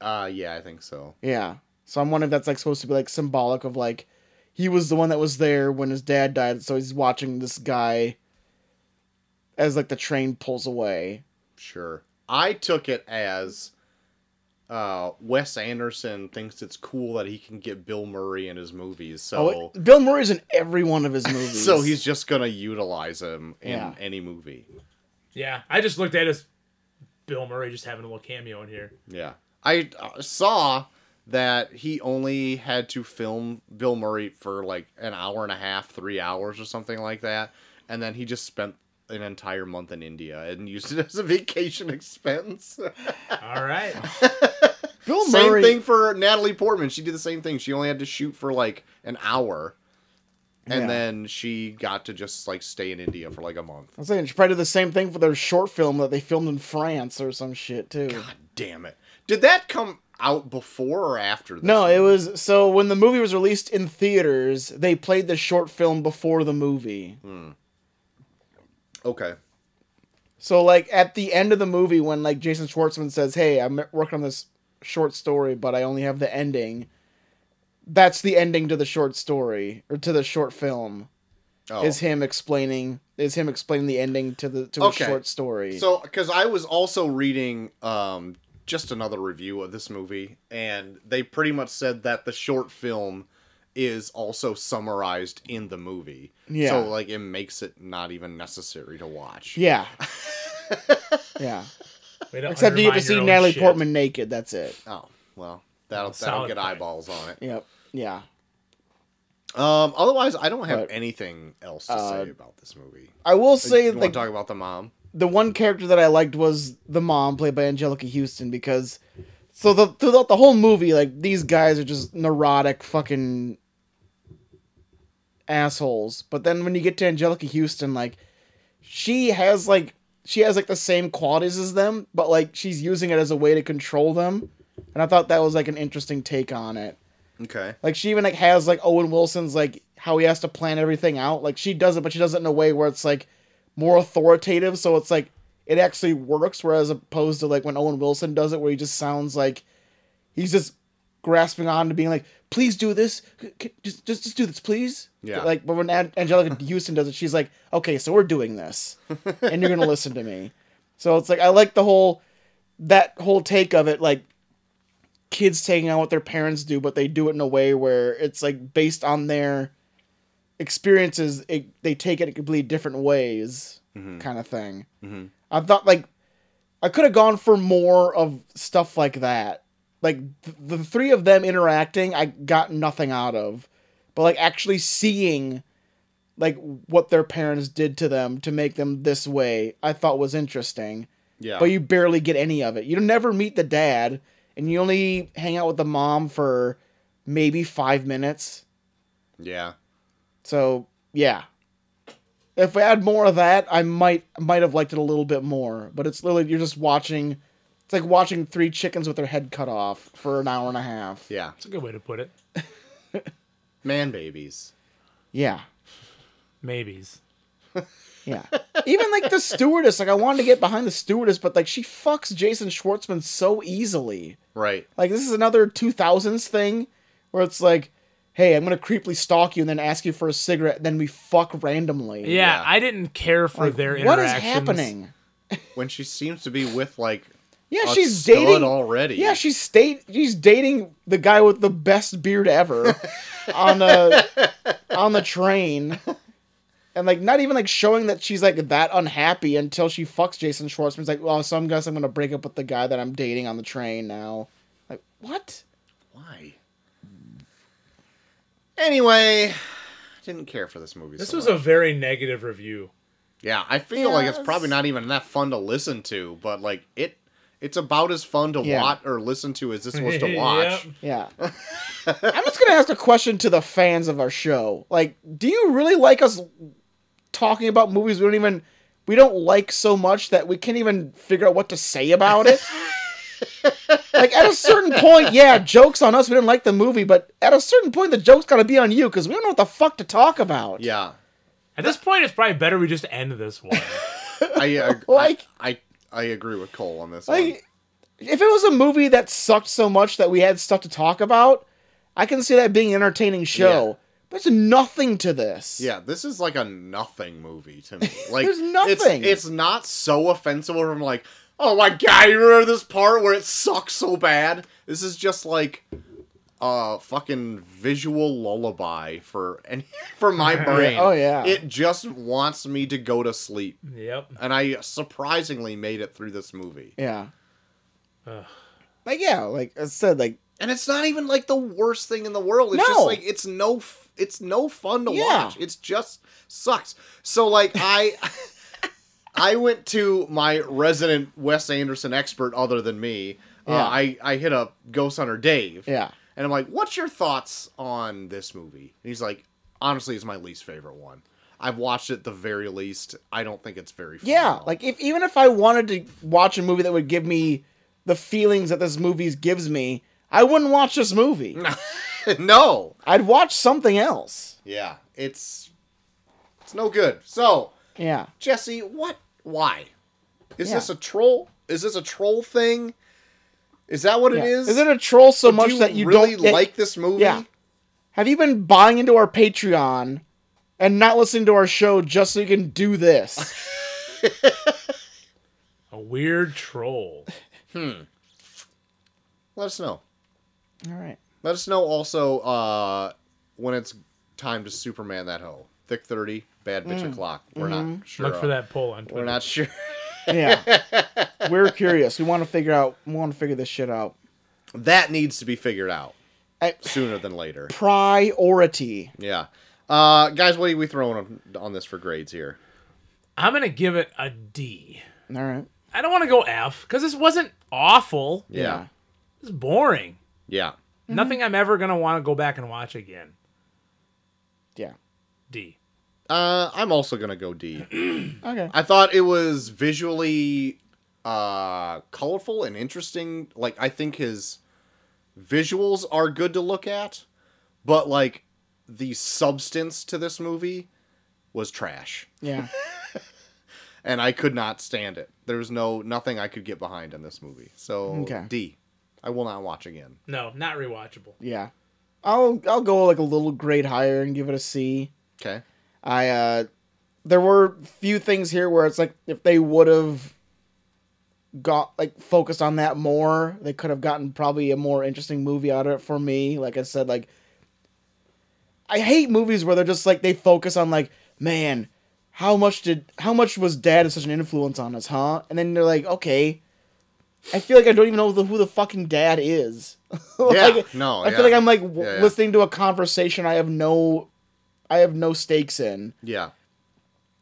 Uh yeah, I think so. Yeah. So I'm wondering if that's like supposed to be like symbolic of like he was the one that was there when his dad died, so he's watching this guy as like the train pulls away. Sure. I took it as uh, Wes Anderson thinks it's cool that he can get Bill Murray in his movies. So Oh, it- Bill Murray's in every one *laughs* of his movies. so he's just going to utilize him in Yeah. any movie. Yeah, I just looked at it as Bill Murray just having a little cameo *laughs* in here. Yeah. I uh, saw that he only had to film Bill Murray for like an hour and a half, three hours or something like that. And then he just spent an entire month in India and used it as a vacation *laughs* expense. All right. Bill same Murray. thing for Natalie Portman. She did the same thing. She only had to shoot for like an hour. And Yeah. then she got to just like stay in India for like a month. I'm saying she probably did the same thing for their short film that they filmed in France or some shit too. God damn it. Did that come out before or after this? No, it movie? was so when the movie was released in theaters, they played the short film before the movie. Okay. So like at the end of the movie when like Jason Schwartzman says, "Hey, I'm working on this short story, but I only have the ending." That's the ending to the short story or to the short film. Oh. Is him explaining is him explaining the ending to the to Okay. a short story. So, because I was also reading um, just another review of this movie, and they pretty much said that the short film is also summarized in the movie. Yeah. So, like, it makes it not even necessary to watch. *laughs* yeah. yeah. Way to Except you get to undermine see your own Natalie shit. Portman naked, that's it. Oh, well, that'll, that'll Solid get point. eyeballs on *laughs* it. Yep. Yeah. Um, otherwise, I don't have But, anything else to uh, say about this movie. I will you say want to like talk about the mom? the one character that I liked was the mom played by Angelica Houston because so the throughout the whole movie like these guys are just neurotic fucking assholes but then when you get to Angelica Houston like she has like she has like the same qualities as them but like she's using it as a way to control them and I thought that was like an interesting take on it Okay. like she even like has like Owen Wilson's like how he has to plan everything out. Like she does it, but she does it in a way where it's like more authoritative. So it's like it actually works. Whereas opposed to like when Owen Wilson does it, where he just sounds like he's just grasping on to being like, "Please do this. C- c- Just just just do this, please." Yeah. Like, but when An- *laughs* Angelica Houston does it, she's like, "Okay, so we're doing this, and you're *laughs* gonna listen to me." So it's like I like the whole that whole take of it, like kids taking on what their parents do, but they do it in a way where it's like based on their experiences, it, they take it in completely different ways, kind of thing. I thought like I could have gone for more of stuff like that. Like th- the three of them interacting, I got nothing out of, but like actually seeing like what their parents did to them to make them this way, I thought was interesting Yeah. but you barely get any of it. You never meet the dad, and you only hang out with the mom for maybe five minutes. yeah. So yeah, if we had more of that, I might might have liked it a little bit more. But it's literally you're just watching. It's like watching three chickens with their head cut off for an hour and a half. Yeah. That's a good way to put it. Man babies. Yeah. Maybes. Yeah. Even like the *laughs* stewardess, like I wanted to get behind the stewardess, but like she fucks Jason Schwartzman so easily. Right. Like this is another 2000s thing where it's like, hey, I'm gonna creepily stalk you and then ask you for a cigarette, then we fuck randomly. Yeah, Yeah. I didn't care for Like, their what is interactions. happening? When she seems to be with like Yeah, a she's stud dating. already. Yeah, she's state. She's dating the guy with the best beard ever on a on the train, and like not even like showing that she's like that unhappy until she fucks Jason Schwartzman. It's like, well, so I'm guess I'm gonna break up with the guy that I'm dating on the train now. Like what? Why? Anyway, didn't care for this movie. This so was much. a very negative review. yeah. I feel like it's Yes. probably not even that fun to listen to, but like it, it's about as fun to Yeah. watch or listen to as this was to watch. *laughs* Yep. *laughs* Yeah. I'm just going to ask a question to the fans of our show. Like, do you really like us talking about movies we don't even we don't like so much that we can't even figure out what to say about *laughs* it? like at a certain point, yeah, jokes on us we didn't like the movie, but at a certain point the joke's got to be on you cuz we don't know what the fuck to talk about. Yeah. At this point, it's probably better we just end *laughs* this one. I, I Like- I, I I agree with Cole on this. one. Like, if it was a movie that sucked so much that we had stuff to talk about, I can see that being an entertaining show. Yeah. There's nothing to this. Yeah, this is like a nothing movie *laughs* to me. Like There's it's- nothing. It's, not so offensive where I'm like, oh my god, you remember this part where it sucks so bad? This is just like a fucking visual lullaby for and *laughs* for my brain. Oh, yeah. It just wants me to go to sleep. Yep. And I surprisingly made it through this movie. Yeah. Ugh. Like yeah, like I said, like And it's not even like the worst thing in the world. It's No. just like it's no f- it's no fun to Yeah. watch. It's just sucks. So like *laughs* I I went to my resident Wes Anderson expert other than me. Yeah. Uh, I I hit up Ghost Hunter Dave. yeah, And I'm like, "What's your thoughts on this movie?" And he's like, "Honestly, it's my least favorite one. I've watched it the very least. I don't think it's very fun." yeah. at all." Like if even if I wanted to watch a movie that would give me the feelings that this movie gives me, I wouldn't watch this movie. *laughs* no. I'd watch something else. Yeah. It's it's no good. So, Yeah. Jesse, what? Why? Is Yeah. this a troll? Is this a troll thing? Is that what it yeah. is? Is it a troll so Do much that you really don't it- like this movie? Yeah. Have you been buying into our Patreon and not listening to our show just so you can do *laughs* this? A weird troll. Let us know. All right. Let us know also uh, when it's time to Superman that hoe. Thick thirty, bad bitch Mm. o'clock. We're Mm-hmm. not sure. Look for that poll on We're Twitter. not sure. *laughs* Yeah. We're curious. We want to figure out we want to figure this shit out. That needs to be figured out I- sooner than later. Priority. Yeah. Uh, guys, what are we throwing on, on this for grades here? I'm gonna give it a D. All right. I don't want to go F because this wasn't awful. It Yeah. was boring. Yeah. Mm-hmm. Nothing I'm ever gonna want to go back and watch again. Yeah. D. Uh, I'm also gonna go D. Okay. I thought it was visually uh colorful and interesting. Like I think his visuals are good to look at, but like the substance to this movie was trash. Yeah. And I could not stand it. There was no nothing I could get behind in this movie. So Okay. D. I will not watch again. No, not rewatchable. Yeah. I'll I'll go like a little grade higher and give it a C. Okay. I uh there were few things here where it's like if they would have got like focused on that more, they could have gotten probably a more interesting movie out of it for me. Like I said, like I hate movies where they're just like they focus on like, man, how much did how much was dad such an influence on us, huh? And then they're like, okay. I feel like I don't even know the, who the fucking dad is. *laughs* Yeah. *laughs* Like, No. I Oh, yeah. feel like I'm like w- Yeah, yeah. listening to a conversation I have no, I have no stakes in Yeah.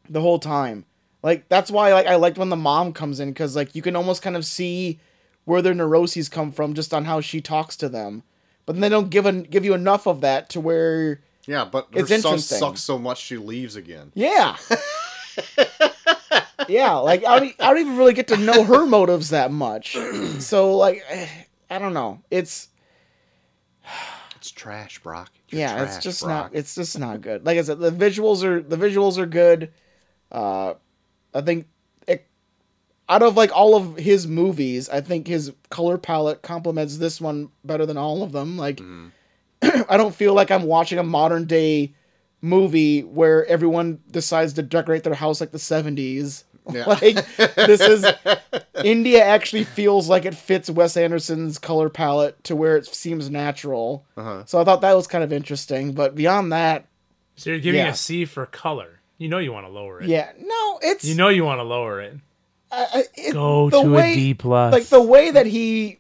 the whole time. Like that's why like I liked when the mom comes in because like you can almost kind of see where their neuroses come from just on how she talks to them, but then they don't give an give you enough of that to where Yeah, but her It's son interesting. sucks so much she leaves again. *laughs* yeah. yeah, like I don't, I don't even really get to know her motives that *clears throat* much. So like eh, I don't know. It's It's trash, Brock. yeah it's just not it's just not good like i said the visuals are the visuals are good uh i think it, out of like all of his movies i think his color palette complements this one better than all of them like Mm-hmm. *clears throat* i don't feel like i'm watching a modern day movie where everyone decides to decorate their house like the *laughs* 70s Yeah. like this *laughs* is india actually feels like it fits wes anderson's color palette to where it seems natural Uh-huh. so I thought that was kind of interesting, but beyond that, So you're giving Yeah. a C for color. You know you want to lower it. yeah, no, it's You know you want to lower it. I- I- it- Go the to way, a D plus. Like the way that he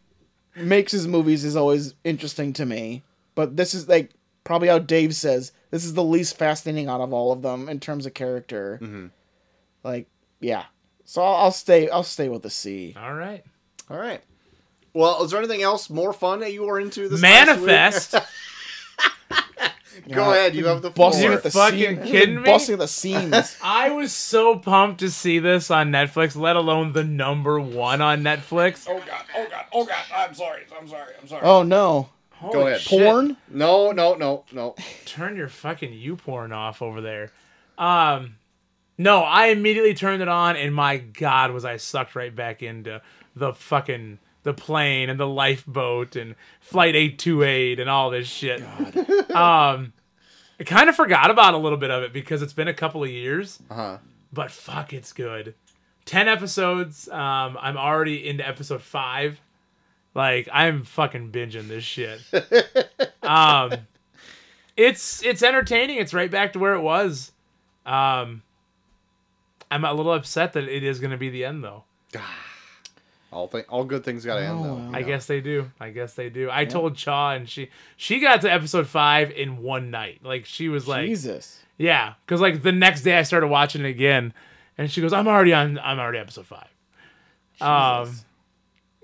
makes his movies is always interesting to me, but this is like probably how Dave says this is the least fascinating out of all of them in terms of character. Mm-hmm. Like, yeah, so I'll, I'll stay. I'll stay with the C. All right. All right. Well, is there anything else more fun that you were into this last week? Manifest. *laughs* *laughs* Go ahead. You have the floor. Busting at the fucking seam- kidding me? Busting at the seams. *laughs* I was so pumped to see this on Netflix, let alone the number one on Netflix. Oh god, oh god, oh god. I'm sorry, I'm sorry, I'm sorry. oh no, Go ahead. shit. porn. No, no, no, no. Turn your fucking U porn off over there. Um, no, I immediately turned it on, and my god, was I sucked right back into the fucking the plane and the lifeboat and flight eight two eight and all this shit. *laughs* Um, I kind of forgot about a little bit of it because it's been a couple of years, Uh huh. but fuck, it's good. 10 episodes. Um, I'm already into episode five. Like, I'm fucking binging this shit. um, it's it's entertaining. It's right back to where it was. Um, I'm a little upset that it is going to be the end, though. All thing, all good things gotta Oh, end though. you I know? guess they do. I guess they do. I told Chaw, and she she got to episode five in one night. Like she was like, Jesus. yeah, because like the next day I started watching it again, and she goes, "I'm already on. I'm already episode five. Um,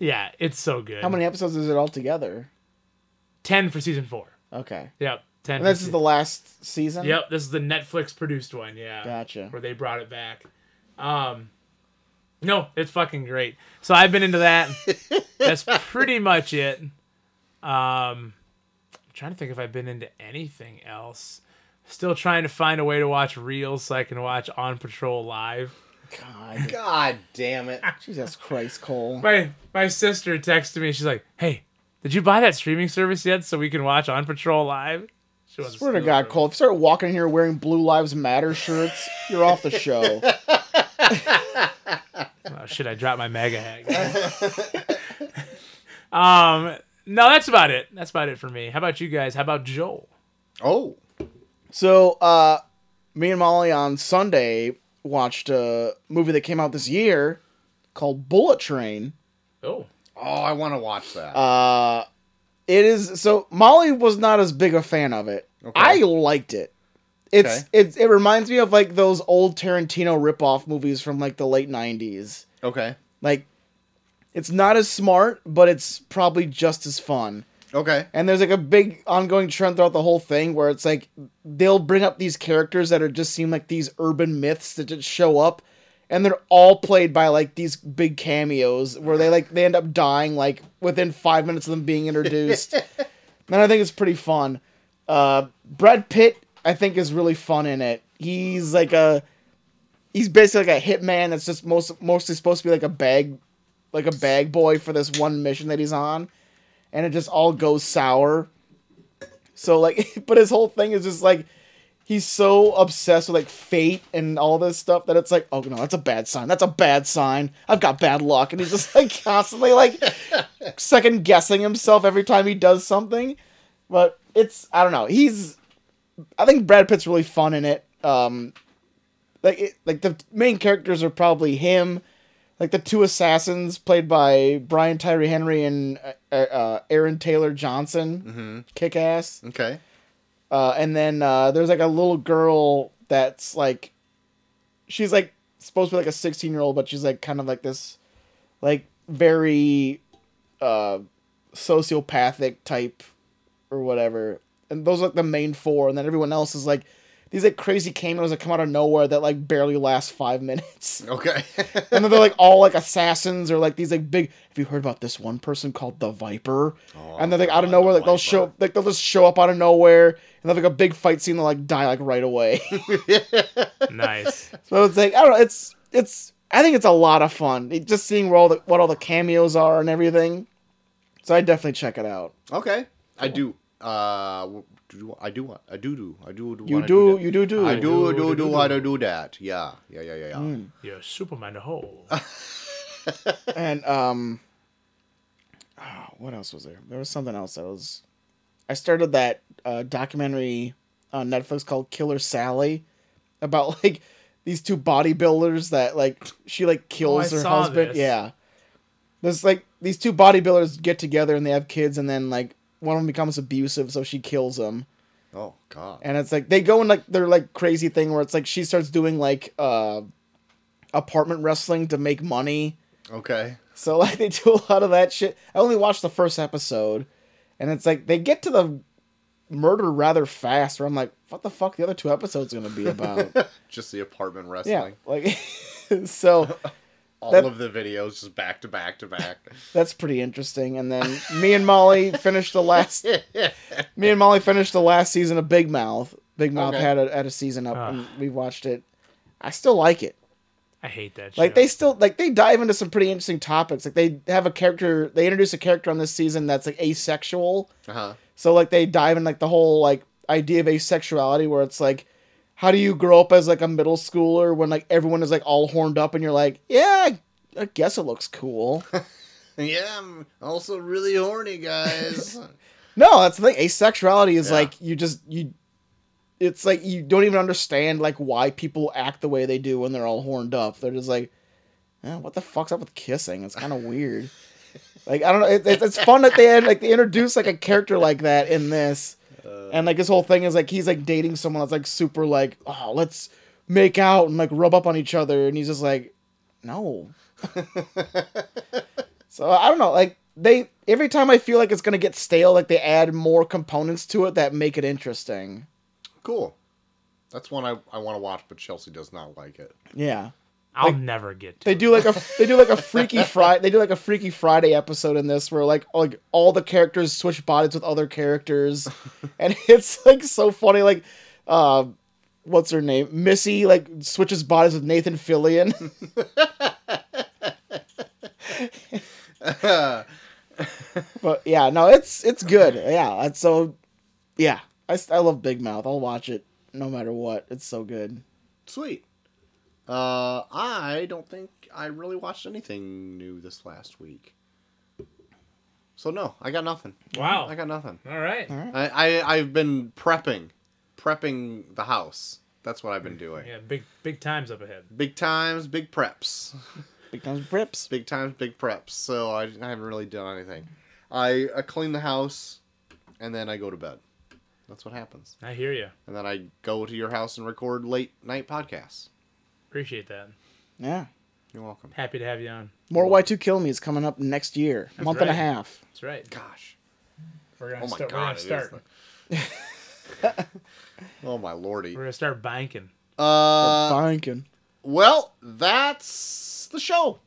yeah, it's so good. How many episodes is it all together? Ten for season four. Okay. Yep, ten. And for this is se- the last season? Yep, this is the Netflix produced one. Yeah. Gotcha. Where they brought it back. Um, no, it's fucking great. So I've been *laughs* into that. That's pretty much it. Um, I'm trying to think if I've been into anything else. Still trying to find a way to watch reels so I can watch On Patrol live. God. God damn it! Jesus Christ, Cole. My my sister texted me. She's like, "Hey, did you buy that streaming service yet so we can watch On Patrol live?" She wasn't Swear to stealing God, from Cole, if you start walking in here wearing Blue Lives Matter shirts, you're off the *laughs* show. Oh shit! I dropped my mega hack. *laughs* *laughs* um, no, that's about it. That's about it for me. How about you guys? How about Joel? Oh, So, uh, me and Molly on Sunday watched a movie that came out this year called Bullet Train. Oh, oh, I want to watch that. Uh, it is so Molly was not as big a fan of it. Okay. I liked it. It's Okay. it's it reminds me of like those old Tarantino ripoff movies from like the late nineties. okay, Like, it's not as smart, but it's probably just as fun. okay, And there's like a big ongoing trend throughout the whole thing where it's like they'll bring up these characters that are just seem like these urban myths that just show up and they're all played by like these big cameos where they like they end up dying like within five minutes of them being introduced. and I think it's pretty fun. Uh Brad Pitt, I think, is really fun in it. He's like a he's basically like a hitman that's just most mostly supposed to be like a bag like a bag boy for this one mission that he's on and it just all goes sour. So like, *laughs* but his whole thing is just like he's so obsessed with like fate and all this stuff that it's like, oh no, that's a bad sign. That's a bad sign. I've got bad luck, and he's just like *laughs* constantly like second guessing himself every time he does something. But it's I don't know. He's I think Brad Pitt's really fun in it. Um, like it, like the main characters are probably him like the two assassins played by Brian Tyree Henry and uh, uh, Aaron Taylor Johnson, kick ass. okay. Uh, and then uh, there's like a little girl that's like, she's like supposed to be like a 16 year old, but she's like kind of like this, like very uh, sociopathic type or whatever. And those are like the main four, and then everyone else is like these like crazy cameos that come out of nowhere that like barely last five minutes Okay. *laughs* and then they're like all like assassins or like these like big. Have you heard about this one person called the Viper? Oh, and then like out of nowhere, like they'll show like they'll just show up out of nowhere and they have like a big fight scene. They'll like die like right away. *laughs* nice. *laughs* so it's like I don't know. It's it's I think it's a lot of fun. It, just seeing where all the what all the cameos are and everything. So I definitely check it out. okay, I do. Uh, w- do I do what? I do do. I do do. You wanna do, that. you do do. Mm. I do do do, do, do. I do do that. Yeah, yeah, yeah, yeah, yeah. You're Superman the whole. And um, oh, what else was there? There was something else that was. I started that uh, documentary on Netflix called Killer Sally, about *laughs* like these two bodybuilders that like she like kills Oh, I her saw husband. this. Yeah, there's like these two bodybuilders get together and they have kids, and then like one of them becomes abusive, so she kills him Oh God. and it's like they go in like their like crazy thing where it's like she starts doing like uh apartment wrestling to make money Okay. so *laughs* like they do a lot of that shit. I only watched the first episode, and it's like they get to the murder rather fast. Where I'm like, what the fuck? The other two episodes gonna be about? Just the apartment yeah, wrestling. like *laughs* so All That- of the videos just back to back to back. that's pretty interesting. And then me and Molly finished the last. me and Molly finished the last season of Big Mouth. Big Mouth Okay. had a had a season up, Ah. and we watched it. I still like it. I hate that. Show. Like they still like they dive into some pretty interesting topics. Like they have a character. *laughs* They introduce a character on this season that's like asexual. Uh huh. So like they dive in like the whole like idea of asexuality where it's like how do you grow up as like a middle schooler when like everyone is like all horned up and you're like, yeah, I guess it looks cool. Yeah, I'm also really horny, guys. no, that's the thing. Asexuality is Yeah. like you just you. It's like you don't even understand like why people act the way they do when they're all horned up. They're just like, eh, what the fuck's up with kissing? It's kind of weird. Like I don't know. It, it's it's fun that they had like they introduced like a character like that in this, and like his whole thing is like he's like dating someone that's like super like oh let's make out and like rub up on each other, and he's just like, no. so I don't know. Like they every time I feel like it's gonna get stale, like they add more components to it that make it interesting. *laughs* cool. That's one I, I want to watch, but Chelsea does not like it. Yeah. I'll never get to They it. do like a they do like a Freaky Friday they do like a Freaky Friday episode in this where like like all the characters switch bodies with other characters, and it's like so funny like, uh, what's her name Missy like switches bodies with Nathan Fillion. but yeah, no, it's it's good. Yeah, it's so yeah, I s- I love Big Mouth. I'll watch it no matter what. It's so good. Sweet. Uh, I don't think I really watched anything new this last week. So no, I got nothing. Wow. I got nothing. All right. I, I I've been prepping, prepping the house. That's what I've been doing. Yeah, big big times up ahead. Big times, big preps. Big times rips. Big times, big preps. So I, I haven't really done anything. I, I clean the house, and then I go to bed. That's what happens. I hear you. And then I go to your house and record late night podcasts. Appreciate that. Yeah. You're welcome. Happy to have you on. More Y2 Kill Me is coming up next year. month and a right. half. That's right. Gosh. We're gonna Oh my start. we're god. gonna it is start. the- oh my lordy. We're gonna start banking. Uh, Banking. well, that's the show.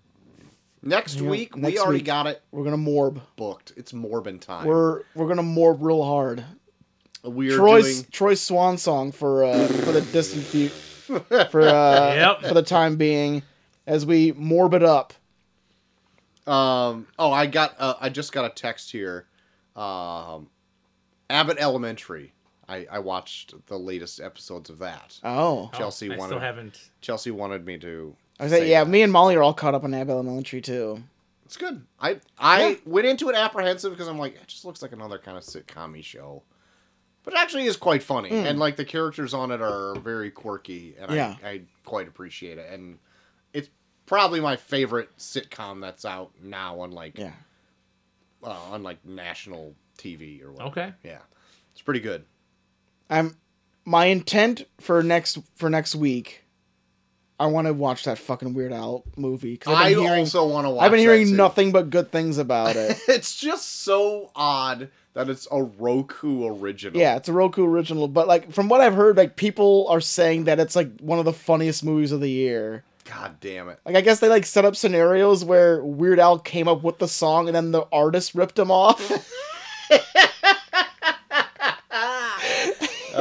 Next Yeah, week we next already week. got it We're gonna morb. booked. It's Morbin time. We're we're gonna morb real hard. We're Troy's doing Troy's swan song for uh, for the distant future *laughs* for uh, Yep. for the time being as we morb it up. Um. Oh, I got. Uh, I just got a text here. Um, Abbott Elementary. I I watched the latest episodes of that. Oh, Chelsea I wanted. still haven't. Chelsea wanted me to. I was like, say yeah. that. Me and Molly are all caught up on Ab Elementary too. It's good. I I Yeah. went into it apprehensive because I'm like, it just looks like another kind of sitcom show. But it actually is quite funny. And like the characters on it are very quirky and Hmm. Yeah. I, I quite appreciate it. And it's probably my favorite sitcom that's out now on like Yeah, uh, on like national TV or whatever. Okay. Yeah. It's pretty good. I'm. My intent for next for next week, I want to watch that fucking Weird Al movie. 'cause I I've been hearing, also want to watch I've been that, hearing too. nothing but good things about it. *laughs* It's just so odd that it's a Roku original. Yeah, it's a Roku original, but like from what I've heard, like people are saying that it's like one of the funniest movies of the year. God damn it. *laughs* Like I guess they like set up scenarios where Weird Al came up with the song and then the artist ripped him off.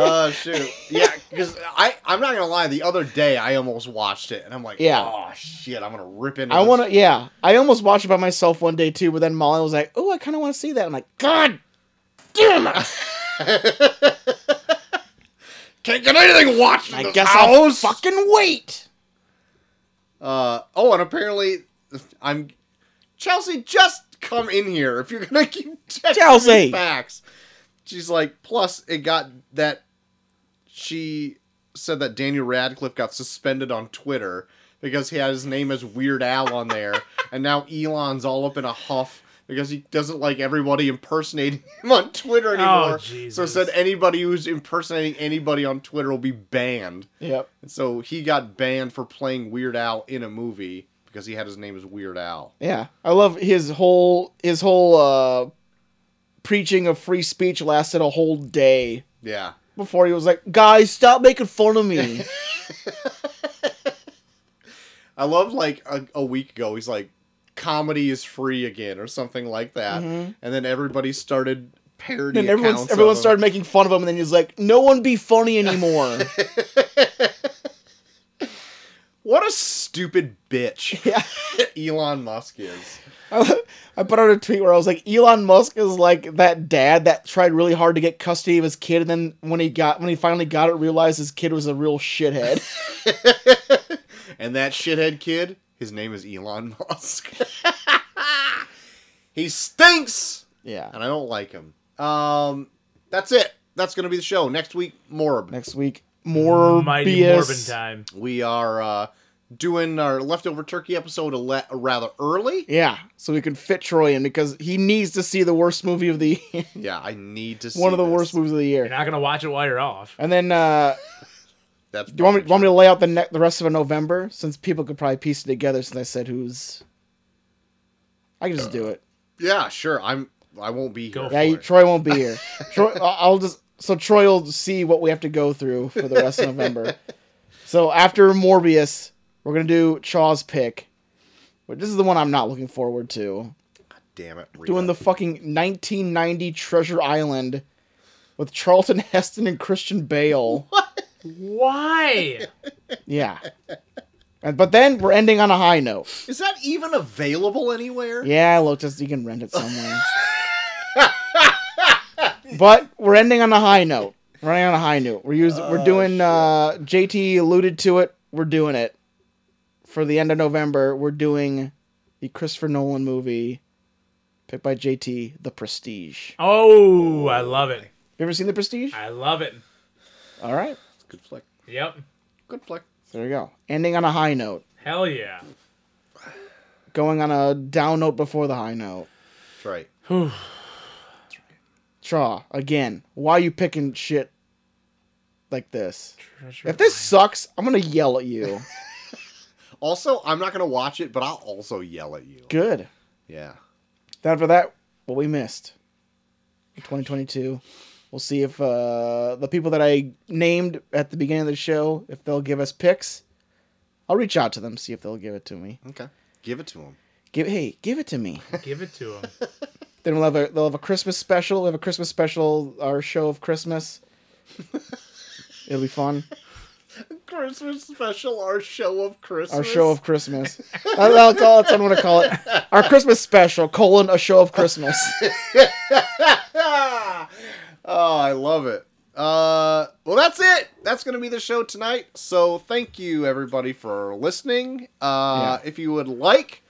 Oh shoot! Yeah, because I I'm not gonna lie. The other day I almost watched it, and I'm like, Yeah. oh shit, I'm gonna rip into. I this want to, yeah. I almost watched it by myself one day too, but then Molly was like, "Oh, I kind of want to see that." I'm like, "God, Can't get anything watched. in I this guess I'll house. fucking wait." Uh oh, and apparently I'm Chelsea. Just come in here if you're gonna *laughs* keep texting Chelsea Chelsea! me facts. She's like, plus it got that she said that Daniel Radcliffe got suspended on Twitter because he had his name as Weird Al on there, *laughs* and now Elon's all up in a huff. Because he doesn't like everybody impersonating *laughs* him on Twitter anymore. So Jesus. said anybody who's impersonating anybody on Twitter will be banned. Yep. And so he got banned for playing Weird Al in a movie because he had his name as Weird Al. Yeah, I love his whole his whole uh preaching of free speech lasted a whole day Yeah. before he was like, "Guys, stop making fun of me." I love like a, a week ago he's like comedy is free again or something like that. And then everybody started parodying And Mm-hmm. everyone, everyone started making fun of him, and *laughs* then he's like, "No one be funny anymore." What a stupid *laughs* bitch Yeah. Elon *laughs* Musk is. I put out a tweet where I was like, Elon Musk is like that dad that tried really hard to get custody of his kid, and then when he got when he finally got it, realized his kid was a real *laughs* shithead. and that shithead kid, his name is Elon Musk. *laughs* he stinks, yeah. and I don't like him. Um, that's it. That's gonna be the show next week. Morb. Next week, more Mighty BS. Morbin time. We are uh, doing our leftover turkey episode a le- rather early. Yeah, so we can fit Troy in because he needs to see the worst movie of the *laughs* Yeah, I need to. see one of the this. worst movies of the You're year. not gonna watch it while you're off. And then, uh, That's do you want me, want me to lay out the ne- the rest of November since people could probably piece it together since I said who's. I can just do it. Yeah, sure. I'm. I won't be Go Yeah, here. you, Uh, for it. Troy won't be *laughs* here. Troy, I- I'll just so Troy will see what we have to go through for the rest of November. So after Morbius, we're gonna do Chaw's pick. But this is the one I'm not looking forward to. Damn it. Rita. Doing the fucking 1990 Treasure Island with Charlton Heston and Christian Bale. *laughs* Why? Yeah. And, but then we're ending on a high note. Is that even available anywhere? Yeah, I looked. Just you can rent it somewhere. but we're ending on a high note. We're ending on a high note. We're using. we're doing. Uh, JT alluded to it. We're doing it for the end of November. We're doing the Christopher Nolan movie picked by JT, The Prestige. Have Oh, I love it. you ever seen The Prestige? I love it. All right, It's a good flick. Yep. Good flick. there you go. Ending on a high note. Hell yeah. Going on a down note before the high note. That's right. Whew. Chaw again. Why you picking shit like this? *laughs* If this sucks, I'm gonna yell at you. Also, I'm not gonna watch it, but I'll also yell at you. *laughs* Good. Yeah. Then for that, what we missed. 2022. We'll see if uh, the people that I named at the beginning of the show, if they'll give us picks. I'll reach out to them, see if they'll give it to me. Okay. Give it to him. Give hey, give it to *laughs* me. Give it to him. then we'll have a they'll have a Christmas special. We'll have a Christmas special, our show of *laughs* Christmas. It'll be fun. Christmas special, our show of Christmas. Our show of Christmas. I'll, I'll call it. That's what I'm gonna call it. Our Christmas special: colon a show of Christmas. *laughs* *laughs* oh, I love it. Uh, well, that's it. That's going to be the show tonight. So thank you, everybody, for listening. Uh, If you would like,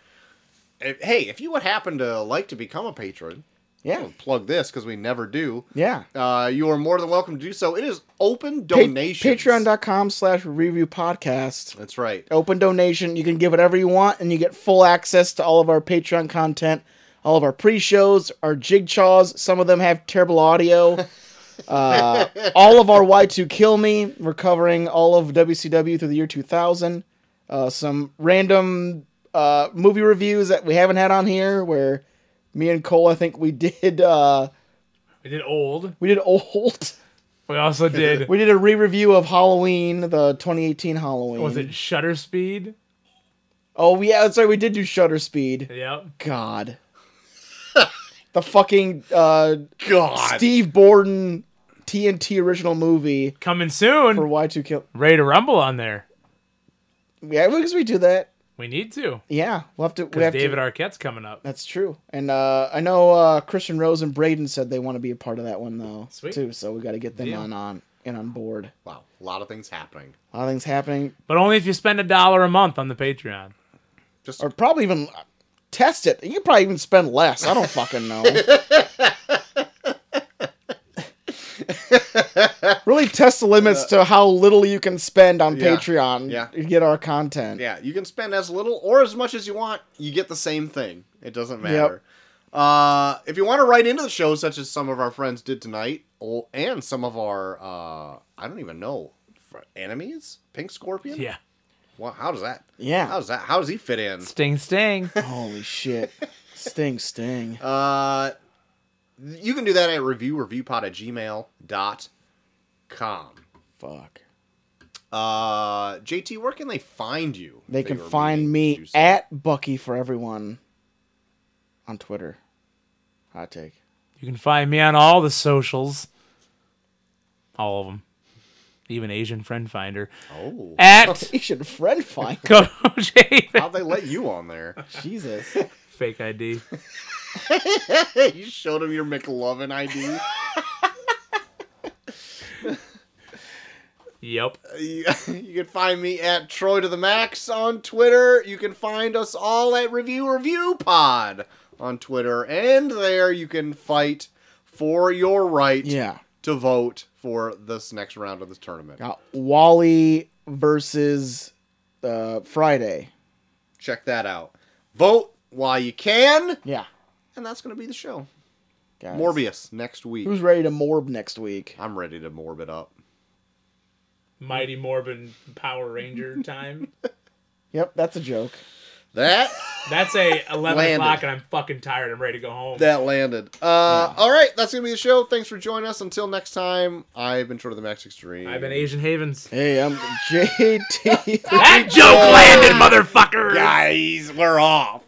if, hey, if you would happen to like to become a patron, Yeah, I'll plug this because we never do. yeah. Uh, you are more than welcome to do so. It is open Pa- donation. Patreon.com slash review podcast. That's right. Open donation. You can give whatever you want, and you get full access to all of our Patreon content, all of our pre shows, our jig chaws. Some of them have terrible audio. Uh, all of our Y2 Kill Me. We're covering all of WCW through the year 2000. Uh, some random uh, movie reviews that we haven't had on here where me and Cole, I think we did. Uh, We did old. we did old. *laughs* We also did. We did a re-review of Halloween, the 2018 Halloween. Was it Shutter Speed? Oh yeah, that's right. We did do Shutter Speed. Yep. God. the fucking uh, God. Steve Borden TNT original movie Coming soon. for Y2 Kill. Ready to rumble on there. Yeah, because we do that. we We need to. Yeah, we'll have to. We Because have David to. Arquette's coming up. that's true. And uh, I know uh, Christian Rose and Braden said they want to be a part of that one though Sweet. too. So we got to get them Deal. on on and on board. Wow. A lot of things happening. A lot of things happening, But only if you spend a dollar a month on the Patreon. Just or probably even uh, test it. You could probably even spend less. I don't fucking *laughs* know. really test the limits to how little you can spend on Yeah. Patreon Yeah. to get our content. Yeah, you can spend as little or as much as you want. You get the same thing. It doesn't matter. Uh, if you want to write into the show, such as some of our friends did tonight, or, and some of our, uh, I don't even know, fr- enemies? Pink Scorpion? Yeah. Well, how does that? Yeah. How does that? How does he fit in? *laughs* Sting, sting. Holy shit. Sting, sting. *laughs* Uh, you can do that at reviewreviewpod at gmail.com. Fuck. Uh, JT, where can they find you? They if can were find meaning me to do so? at Bucky for everyone on Twitter. Hot take. You can find me on all the socials. All of them. even Asian friend finder Oh. *laughs* at Asian friend *laughs* find. Coach Haven. How'd they let you *laughs* on there? Jesus. Fake ID. *laughs* you showed him your McLovin ID. Yep. you, *laughs* you can find me at Troy to the Max on Twitter. You can find us all at Review Review Pod on Twitter, and there you can fight for your right Yeah. to vote for this next round of this tournament. Got Uh, Wally versus uh, Friday. Check that out. Vote while you can, Yeah. and that's going to be the show. Guys. Morbius next week. Who's ready to morb next week? I'm ready to morb it up. Mighty Morbin Power Ranger time. Yep, that's a joke. *laughs* That That's a 11 o'clock Landed. and I'm fucking tired. I'm ready to go home. that landed. Ah. Uh, All right, that's gonna be the show. Thanks for joining us. Until next time, I've been short of the Max Extreme. I've been Asian Havens. Hey, I'm JT. That joke landed, motherfucker! Guys, we're off.